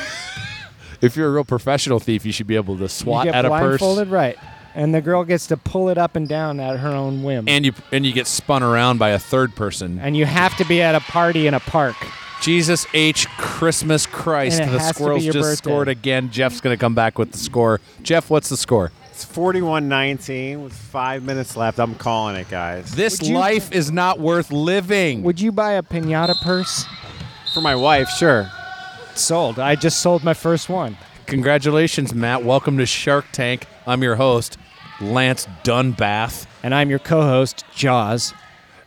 if you're a real professional thief, you should be able to
you
swat
get
at a purse
blindfolded, right? And the girl gets to pull it up and down at her own whim.
and you and you get spun around by a third person.
And you have to be at a party in a park.
Jesus H Christmas Christ,
And it
the
has to be
squirrels
your
just
birthday.
scored again. Jeff's going to come back with the score. Jeff, what's the score?
It's 41-19 with five minutes left. I'm calling it, guys.
This
Would you-
life is not worth living.
Would you buy a pinata purse?
For my wife, sure.
Sold. I just sold my first one.
Congratulations, Matt. Welcome to Shark Tank. I'm your host, Lance Dunbath.
And I'm your co host, Jaws.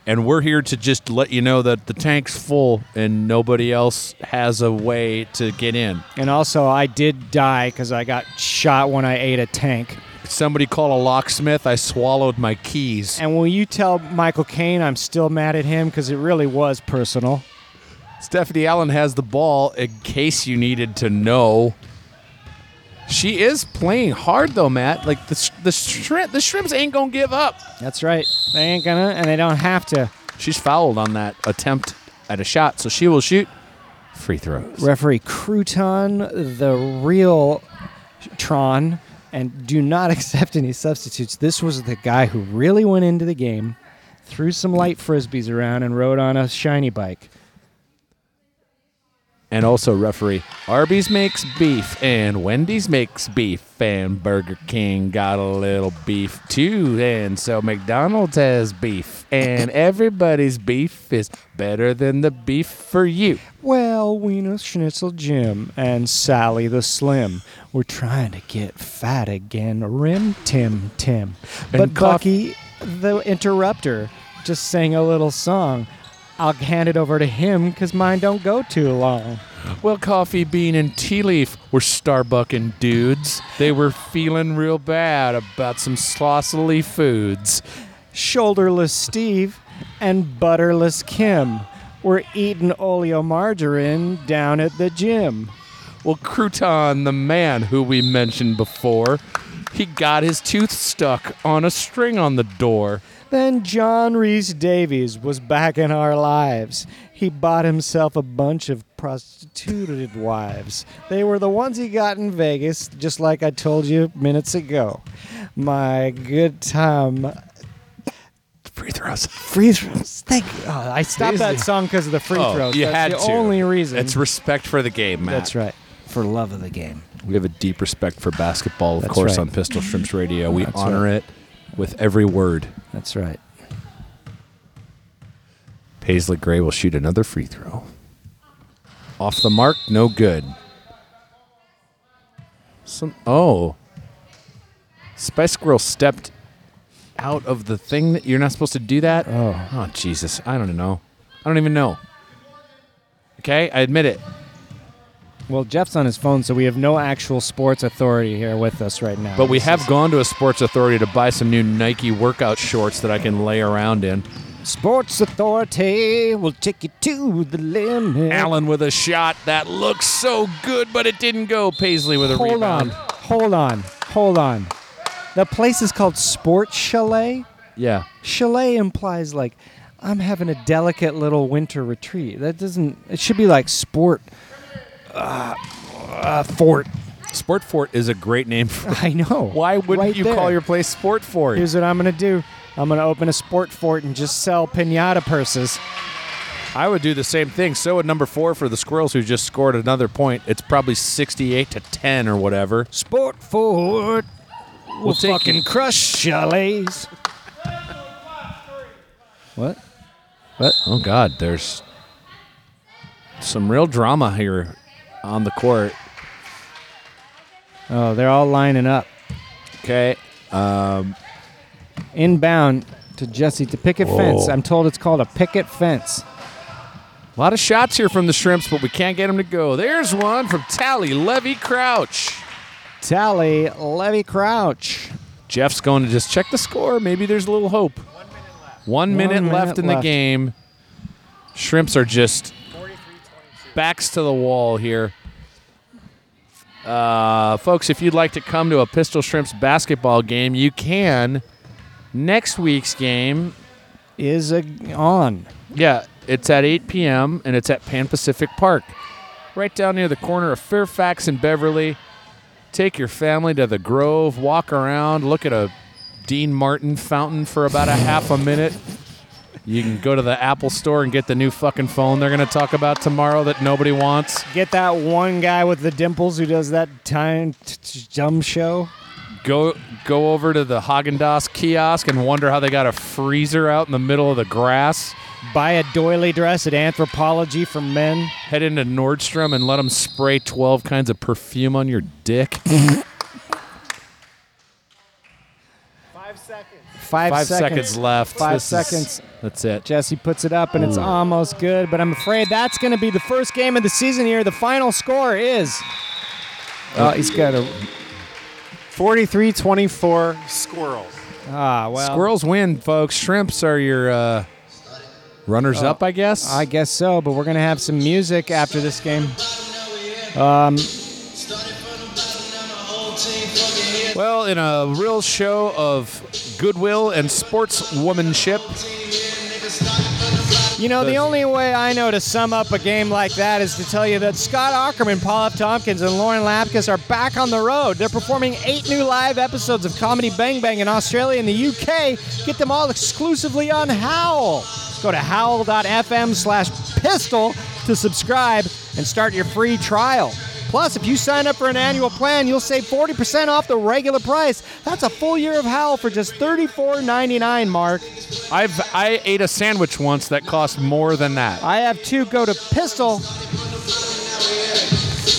and we're here to just let you know that the tank's full and nobody else has a way to get in.
And also, I did die because I got shot when I ate a tank.
Somebody call a locksmith. I swallowed my keys.
And will you tell Michael Caine I'm still mad at him because it really was personal?
Stephanie Allen has the ball in case you needed to know. She is playing hard though, Matt. Like the sh- the shrimp the shrimps ain't gonna give up.
That's right. They ain't gonna, and they don't have to.
She's fouled on that attempt at a shot, so she will shoot free throws.
Referee Crouton, the real Tron, and do not accept any substitutes. This was the guy who really went into the game, threw some light frisbees around, and rode on a shiny bike.
And also referee Arby's makes beef and Wendy's makes beef and Burger King got a little beef too and so McDonald's has beef and everybody's beef is better than the beef for you.
Well, Wiener Schnitzel Jim and Sally the Slim were trying to get fat again, Rim Tim Tim. But
And cough-
Bucky, the interrupter, just sang a little song. I'll hand it over to him because mine don't go too long.
Well, Coffee Bean and Tea Leaf were Starbucking dudes. They were feeling real bad about some slossily foods.
Shoulderless Steve and Butterless Kim were eating oleomargarine down at the gym.
Well, Crouton, the man who we mentioned before, he got his tooth stuck on a string on the door.
Then John Reese Davies was back in our lives. He bought himself a bunch of prostituted wives. They were the ones he got in Vegas, just like I told you minutes ago. My good time.
Free throws.
Free throws. Thank you. Oh, I stopped that song because of the free throws.
Oh, you
That's
had
the
to.
only reason.
It's respect for the game, Matt.
That's right. For love of the game.
We have a deep respect for basketball, of
That's
course,
right.
on Pistol Shrimps Radio. We
That's
honor it with every word.
That's right.
Paisley Gray will shoot another free throw. Off the mark, no good. Some oh. Spice Girl stepped out of the thing that you're not supposed to do that.
Oh.
oh Jesus, I don't know. I don't even know. Okay, I admit it.
Well, Jeff's on his phone, so we have no actual sports authority here with us right now.
But we
This
have
is-
gone to a sports authority to buy some new Nike workout shorts that I can lay around in.
Sports Authority will take you to the limit.
Allen with a shot that looks so good, but it didn't go. Paisley with a
hold
rebound.
on, hold on, hold on. The place is called Sports Chalet.
Yeah.
Chalet implies like I'm having a delicate little winter retreat. That doesn't. It should be like sport uh, uh, fort.
Sport Fort is a great name for
I know.
Why wouldn't
Right
you
there.
call your place Sport Fort?
Here's what I'm gonna do. I'm gonna open a sport fort and just sell pinata purses.
I would do the same thing. So would number four for the Squirrels, who just scored another point. It's probably 68 to 10 or whatever.
Sport Ford will
We'll take
fucking
it.
crush chalets. what?
Oh, God, there's some real drama here on the court.
Oh, they're all lining up.
Okay.
Inbound to Jesse to picket fence.
Whoa.
I'm told it's called a picket fence.
A lot of shots here from the Shrimps, but we can't get them to go. There's one from Tally Levy Crouch.
Tally Levy Crouch.
Jeff's going to just check the score. Maybe there's a little hope. One minute
minute
left, in
left.
the game. Shrimps are just backs to the wall here. Uh, folks, if you'd like to come to a Pistol Shrimps basketball game, you can. Next week's game,
Is a, on.
yeah, it's at 8 p.m. and it's at Pan Pacific Park, right down near the corner of Fairfax and Beverly. Take your family to the Grove, walk around, look at a Dean Martin fountain for about a half a minute. You can go to the Apple store and get the new fucking phone they're going to talk about tomorrow that nobody wants.
Get that one guy with the dimples who does that time t- t- dumb show.
Go go over to the Haagen-Dazs kiosk and wonder how they got a freezer out in the middle of the grass.
Buy a doily dress at Anthropology for men.
Head into Nordstrom and let them spray 12 kinds of perfume on your dick.
Five seconds.
Five,
Five seconds, left.
Five
This is-
seconds.
that's it.
Jesse puts it up, and it's almost good, but I'm afraid that's going to be the first game of the season here. The final score is. Oh, he's got a.
43 24 squirrels.
Ah, well.
Squirrels win, folks. Shrimps are your uh, runners up, I guess.
Oh, I guess so, but we're going to have some music after this game.
well, in a real show of goodwill and sportswomanship,
You know, the
Does-
only way I know to sum up a game like that is to tell you that Scott Ackerman, Paul F. Tompkins, and Lauren Lapkus are back on the road. They're performing eight new live episodes of Comedy Bang Bang in Australia and the UK. Get them all exclusively on Howl. Go to howl.fm slash pistol to subscribe and start your free trial. Plus, if you sign up for an annual plan, you'll save 40% off the regular price. That's a full year of Howl for just $34.99, Mark.
I've I ate a sandwich once that cost more than that.
I have two. Go to pistol.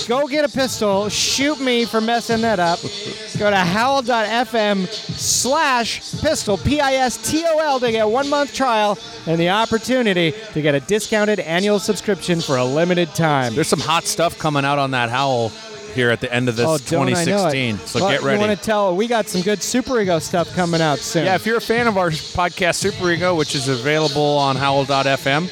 Go get a pistol. Shoot me for messing that up. Go to howl.fm slash pistol, P I S T O L, to get one month trial and the opportunity to get a discounted annual subscription for a limited time.
There's some hot stuff coming out on that howl here at the end of this
Oh, don't I know it.
2016. So
Well,
get ready.
You want to tell, we got some good Super Ego stuff coming out soon.
Yeah, if you're a fan of our podcast Super Ego, which is available on howl.fm,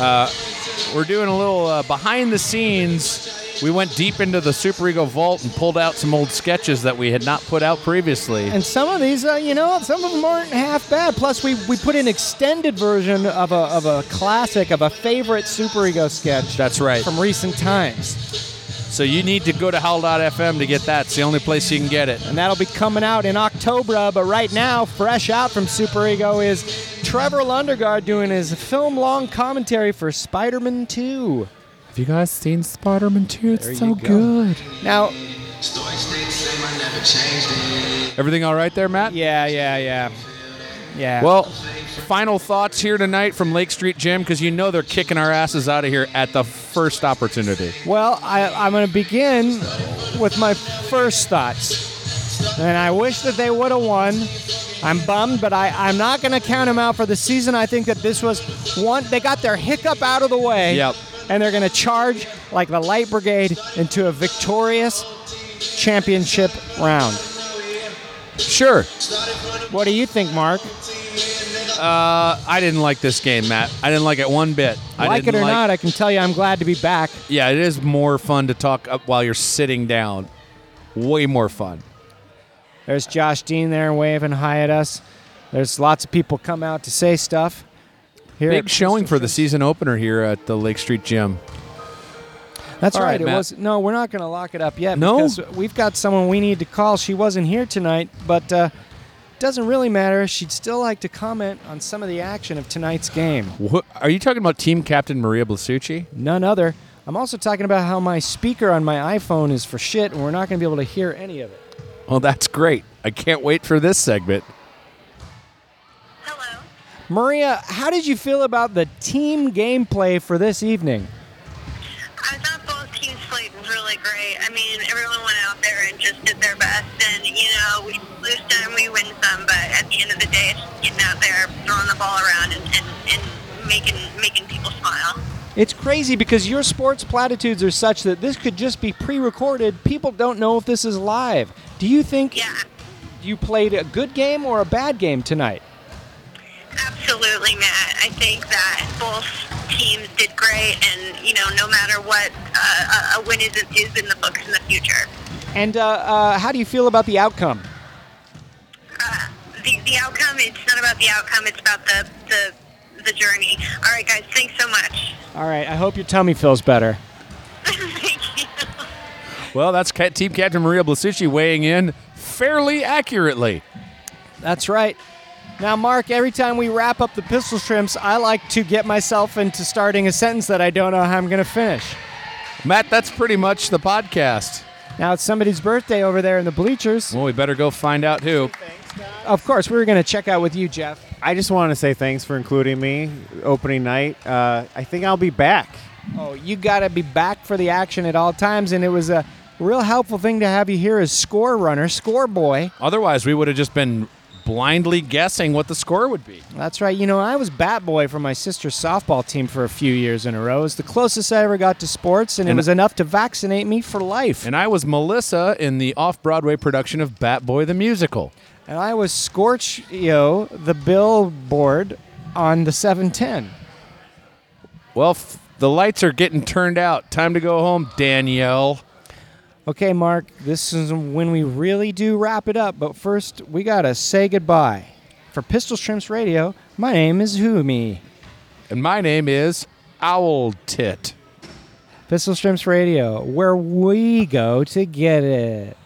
uh, we're doing a little uh, behind the scenes. We went deep into the Super Ego vault and pulled out some old sketches that we had not put out previously.
And some of these, uh, you know, some of them aren't half bad. Plus, we, we put an extended version of a, of a classic, of a favorite Super Ego sketch
That's right.
from recent times.
So you need to go to howl.fm to get that. It's the only place you can get it.
And that'll be coming out in October. uh, But right now, fresh out from Super Ego is Trevor Lundegaard doing his film long commentary for Spider Man 2.
Have you guys seen Spider Man 2? It's
There so you go. Now,
Everything all right there, Matt?
yeah, yeah, yeah. Yeah.
Well, final thoughts here tonight from Lake Street Gym because you know they're kicking our asses out of here at the first opportunity.
Well, I, I'm going to begin with my first thoughts. And I wish that they would have won. I'm bummed, but I, I'm not going to count them out for the season. I think that this was one, they got their hiccup out of the way.
Yep.
And they're going to charge like the Light Brigade into a victorious championship round.
Sure.
What do you think, Mark?
Uh, I didn't like this game, Matt. I didn't like it one bit. I
like it
didn't
or not, I can tell you I'm glad to be back.
Yeah, it is more fun to talk up while you're sitting down. Way more fun.
There's Josh Dean there waving hi at us. There's lots of people come out to say stuff. Here
Big
at-
showing for the season opener here at the Lake Street Gym.
That's
All
right.
right,
it
Matt.
was no. We're not going to lock it up yet.
No?
because we've got someone we need to call. She wasn't here tonight, but uh, doesn't really matter. She'd still like to comment on some of the action of tonight's game.
What, are you talking about team captain Maria Blasucci?
None other. I'm also talking about how my speaker on my iPhone is for shit, and we're not going to be able to hear any of it.
Well, that's great. I can't wait for this segment.
Hello.
Maria, how did you feel about the team gameplay for this evening?
I thought both teams played really great. I mean, everyone went out there and just did their best. And, you know, we lose some, we win some. But at the end of the day, it's just getting out there, throwing the ball around, and, and, and making, making people smile.
It's crazy because your sports platitudes are such that this could just be pre-recorded. People don't know if this is live. Do you think
Yeah,
you played a good game or a bad game tonight?
absolutely, Matt. I think that both teams did great. And, you know, no matter what, uh, a- a win is, is in the books in the future.
And uh, uh, how do you feel about the outcome?
uh, the, the outcome, it's not about the outcome, it's about the, the, the journey. All right, guys, thanks so much.
All right, I hope your tummy feels better.
Thank you.
Well, that's ca- team captain Maria Blasucci weighing in fairly accurately.
That's right. Now, Mark, every time we wrap up the pistol shrimps, I like to get myself into starting a sentence that I don't know how I'm going to finish.
Matt, that's pretty much the podcast.
Now, it's somebody's birthday over there in the bleachers.
Well, we better go find out who.
Of course, we were going to check out with you, Jeff.
I just want to say thanks for including me opening night. Uh, I think I'll be back.
Oh, you got to be back for the action at all times, and it was a real helpful thing to have you here as score runner, score boy.
Otherwise, we would have just been blindly guessing what the score would be.
That's right. You know, I was bat boy for my sister's softball team for a few years in a row. It was the closest I ever got to sports, and, it
And-
was enough to vaccinate me for life. And,
And I was Melissa in the off Broadway production of Bat Boy the Musical.
I was Scorchio, the billboard on the 710.
Well, f- the lights are getting turned out. Time to go home, Danielle.
Okay, Mark, this is when we really do wrap it up, but first, we gotta say goodbye. For Pistol Shrimps Radio, my name is Humi.
And my name is Owl Tit.
Pistol Shrimps Radio, where we go to get it.